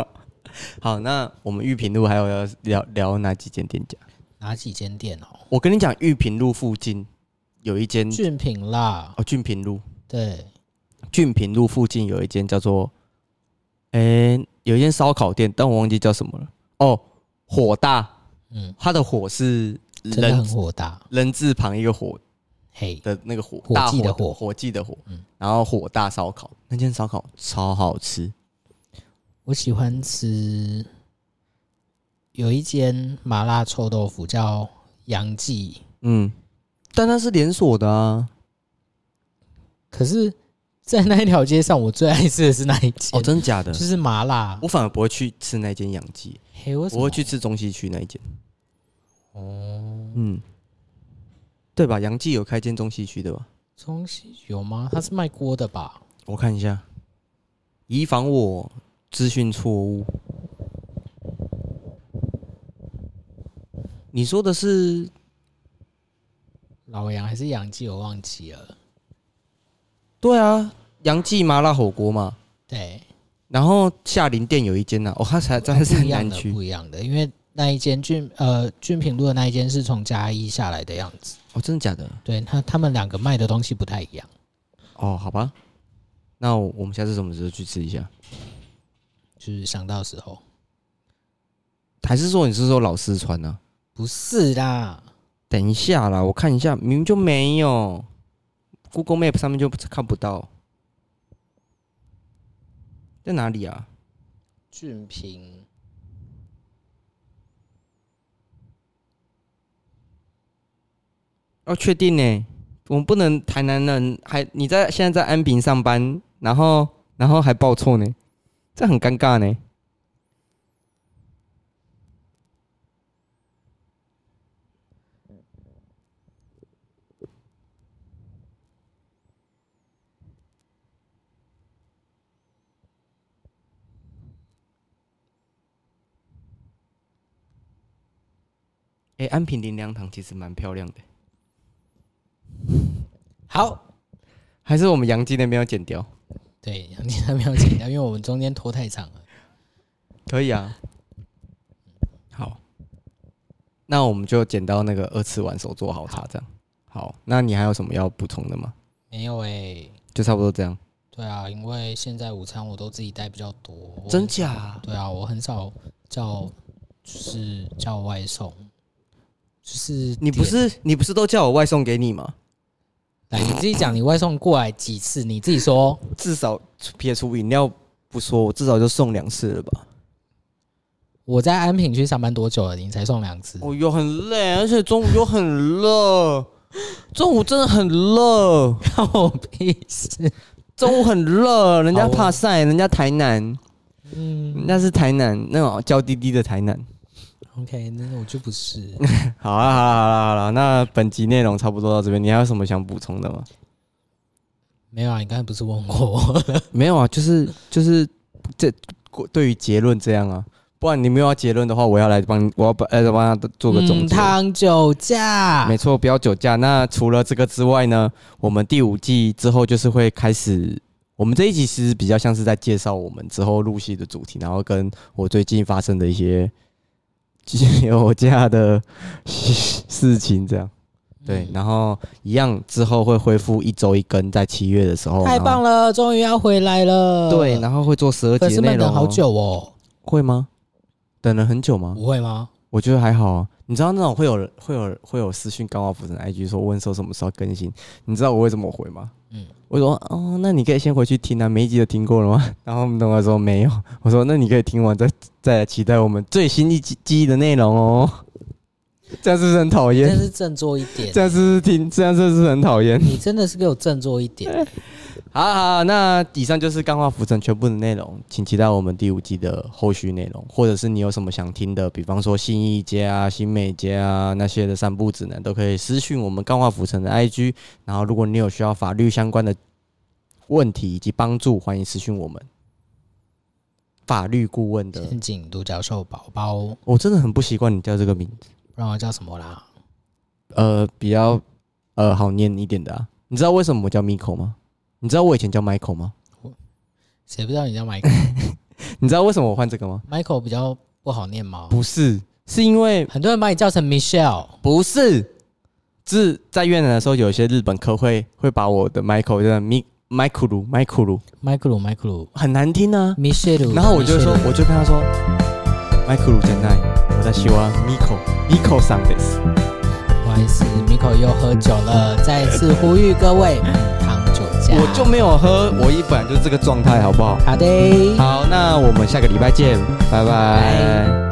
[SPEAKER 1] 好，那我们玉屏路还有要聊聊哪几间店家？
[SPEAKER 2] 哪几间店哦？
[SPEAKER 1] 我跟你讲，玉屏路附近有一间
[SPEAKER 2] 俊品啦，
[SPEAKER 1] 哦，俊平路，
[SPEAKER 2] 对，
[SPEAKER 1] 俊平路附近有一间叫做，诶、有一间烧烤店，但我忘记叫什么了。哦，火大，
[SPEAKER 2] 嗯，
[SPEAKER 1] 它的火是
[SPEAKER 2] 真的
[SPEAKER 1] 人
[SPEAKER 2] 很火大，
[SPEAKER 1] 人字旁一个火
[SPEAKER 2] 嘿，
[SPEAKER 1] 的那个火，
[SPEAKER 2] 火
[SPEAKER 1] 大
[SPEAKER 2] 计的
[SPEAKER 1] 火
[SPEAKER 2] 火
[SPEAKER 1] 火计的火，
[SPEAKER 2] 嗯
[SPEAKER 1] 然后火大烧烤那间烧烤超好吃，
[SPEAKER 2] 我喜欢吃有一间麻辣臭豆腐叫杨记，
[SPEAKER 1] 嗯，但它是连锁的啊。
[SPEAKER 2] 可是，在那一条街上，我最爱吃的是那一间，
[SPEAKER 1] 哦，真的假的
[SPEAKER 2] 就？是麻辣
[SPEAKER 1] 我。反而不会去吃那间养鸡，
[SPEAKER 2] 嘿，我
[SPEAKER 1] 我会去吃中西区那一间。
[SPEAKER 2] 哦，
[SPEAKER 1] 嗯，对吧？杨记有开间中西区的吧？
[SPEAKER 2] 中西有吗？它是卖锅的吧？
[SPEAKER 1] 我看一下，以防我资讯错误。你说的是
[SPEAKER 2] 老杨还是杨记，我忘记了。
[SPEAKER 1] 对啊，杨记麻辣火锅嘛，
[SPEAKER 2] 对，
[SPEAKER 1] 然后下林店有一间呢、哦，它才在
[SPEAKER 2] 不
[SPEAKER 1] 山
[SPEAKER 2] 一样
[SPEAKER 1] 南
[SPEAKER 2] 的，
[SPEAKER 1] 区
[SPEAKER 2] 不一样的，因为那一间俊呃俊平路的那一间是从嘉义下来的样子，
[SPEAKER 1] 哦，真的假的？
[SPEAKER 2] 对他他们两个卖的东西不太一样。
[SPEAKER 1] 哦，好吧，那我我们下次什么时候去吃一下？
[SPEAKER 2] 就是想到时候
[SPEAKER 1] 还是说你是说老四川呢、
[SPEAKER 2] 不是啦，
[SPEAKER 1] 等一下啦，我看一下，明明就没有，Google Map 上面就看不到，在哪里啊？
[SPEAKER 2] 俊平
[SPEAKER 1] 要哦确定呢、我们不能台南人还你在现在在安平上班，然后然后还报错呢，这很尴尬呢、哎、安平林良堂其实蛮漂亮的。
[SPEAKER 2] 好。
[SPEAKER 1] 还是我们杨基那边要剪掉？
[SPEAKER 2] 对，杨金他没有剪掉，因为我们中间拖太长了。
[SPEAKER 1] 可以啊。好，那我们就剪到那个二次玩手做好茶这样。好，那你还有什么要补充的吗？
[SPEAKER 2] 没有哎、
[SPEAKER 1] 就差不多这样。
[SPEAKER 2] 对啊，因为现在午餐我都自己带比较多。我很
[SPEAKER 1] 真
[SPEAKER 2] 少
[SPEAKER 1] 假？
[SPEAKER 2] 对啊，我很少叫，就是叫外送，就是
[SPEAKER 1] 你不
[SPEAKER 2] 点
[SPEAKER 1] 是你不是都叫我外送给你吗？
[SPEAKER 2] 来你自己讲，你外送过来几次？你自己说。
[SPEAKER 1] 至少撇除饮料不说，我至少就送两次了吧？
[SPEAKER 2] 我在安平区上班多久了？你才送两次？
[SPEAKER 1] 哦哟，很累，而且中午又很热，中午真的很热，
[SPEAKER 2] 关我屁事！
[SPEAKER 1] 中午很热，人家
[SPEAKER 2] 好哦
[SPEAKER 1] 怕晒，人家台南，
[SPEAKER 2] 嗯
[SPEAKER 1] 那是台南那种娇滴滴的台南。
[SPEAKER 2] ，OK，那我就不是。
[SPEAKER 1] 好啊，好啦，好啦，好啦，那本集内容差不多到这边，你还有什么想补充的吗？
[SPEAKER 2] 没有啊，你刚才不是问过我？
[SPEAKER 1] 没有啊，就是就是这过对于结论这样啊，不然你没有要结论的话，我要来帮我要帮呃帮他做个总
[SPEAKER 2] 嗯
[SPEAKER 1] 结。
[SPEAKER 2] 汤酒驾
[SPEAKER 1] 没。错，不要酒驾。那除了这个之外呢，我们第五季之后就是会开始。我们这一集其实比较像是在介绍我们之后录戏的主题，然后跟我最近发生的一些 酒驾的事情这样。
[SPEAKER 2] 嗯
[SPEAKER 1] 对，然后一样之后会恢复一周一更，在七月的时候。
[SPEAKER 2] 太棒
[SPEAKER 1] 了！
[SPEAKER 2] 了，终于要回来了。
[SPEAKER 1] 哦对，然后会做十二
[SPEAKER 2] 粉
[SPEAKER 1] 集
[SPEAKER 2] 丝
[SPEAKER 1] 的内
[SPEAKER 2] 们
[SPEAKER 1] 容、
[SPEAKER 2] 等好，久哦，
[SPEAKER 1] 会吗？等了很久吗？
[SPEAKER 2] 不会吗？
[SPEAKER 1] 我觉得还好啊。你知道那种会有人会有会有私讯刚好不是 IG 说问说什么时候更新，你知道我为什么回吗？嗯
[SPEAKER 2] 嗯，
[SPEAKER 1] 我说哦，那你可以先回去听啊，每一集都听过了吗？ 然后我们等会说没有，我说那你可以听完再再来期待我们最新一集记忆的内容哦。这样是不是很讨
[SPEAKER 2] 真
[SPEAKER 1] 厌？
[SPEAKER 2] 是振作一点
[SPEAKER 1] 这，样是不是听？这样是不是很讨厌？
[SPEAKER 2] 你真的是给我振作一点。
[SPEAKER 1] 好好，那以上就是《钢化浮尘》全部的内容，请期待我们第五季的后续内容，或者是你有什么想听的，比方说信义街啊、新美街啊那些的散步指南，都可以私讯我们《钢化浮尘》的 IG。然后，如果你有需要法律相关的问题以及帮助，欢迎私讯我们法律顾问的。
[SPEAKER 2] 陷阱独角兽宝宝，
[SPEAKER 1] 我真的很不习惯你叫这个名字，
[SPEAKER 2] 不然我叫什么啦？
[SPEAKER 1] 呃，比较呃好念一点的、啊。你知道为什么我叫 Miko 吗？你知道我以前叫 Michael 吗？
[SPEAKER 2] 谁不知道你叫 Michael？Michael
[SPEAKER 1] 你知道为什么我换这个吗？
[SPEAKER 2] 比较不好念吗？
[SPEAKER 1] 不是，是因为
[SPEAKER 2] 很多人把你叫成 Michelle，
[SPEAKER 1] 不是，是在越南的时候，有一些日本客会会把我的 Michael 叫 Mi Michael Michael
[SPEAKER 2] 麦克鲁，麦克鲁，
[SPEAKER 1] 很难听啊。
[SPEAKER 2] 米歇鲁。
[SPEAKER 1] 然后我就说
[SPEAKER 2] Michelle，，
[SPEAKER 1] 我就跟他说，Michael 真爱，我在喜欢 Miko Miko s u n d a y s
[SPEAKER 2] 不好意思，Miko 又喝酒了，再次呼吁各位嗯糖酒驾。
[SPEAKER 1] 我就没有喝，我一本来就是这个状态，好不好？
[SPEAKER 2] 好的。
[SPEAKER 1] 好，那我们下个礼拜见，拜拜
[SPEAKER 2] 拜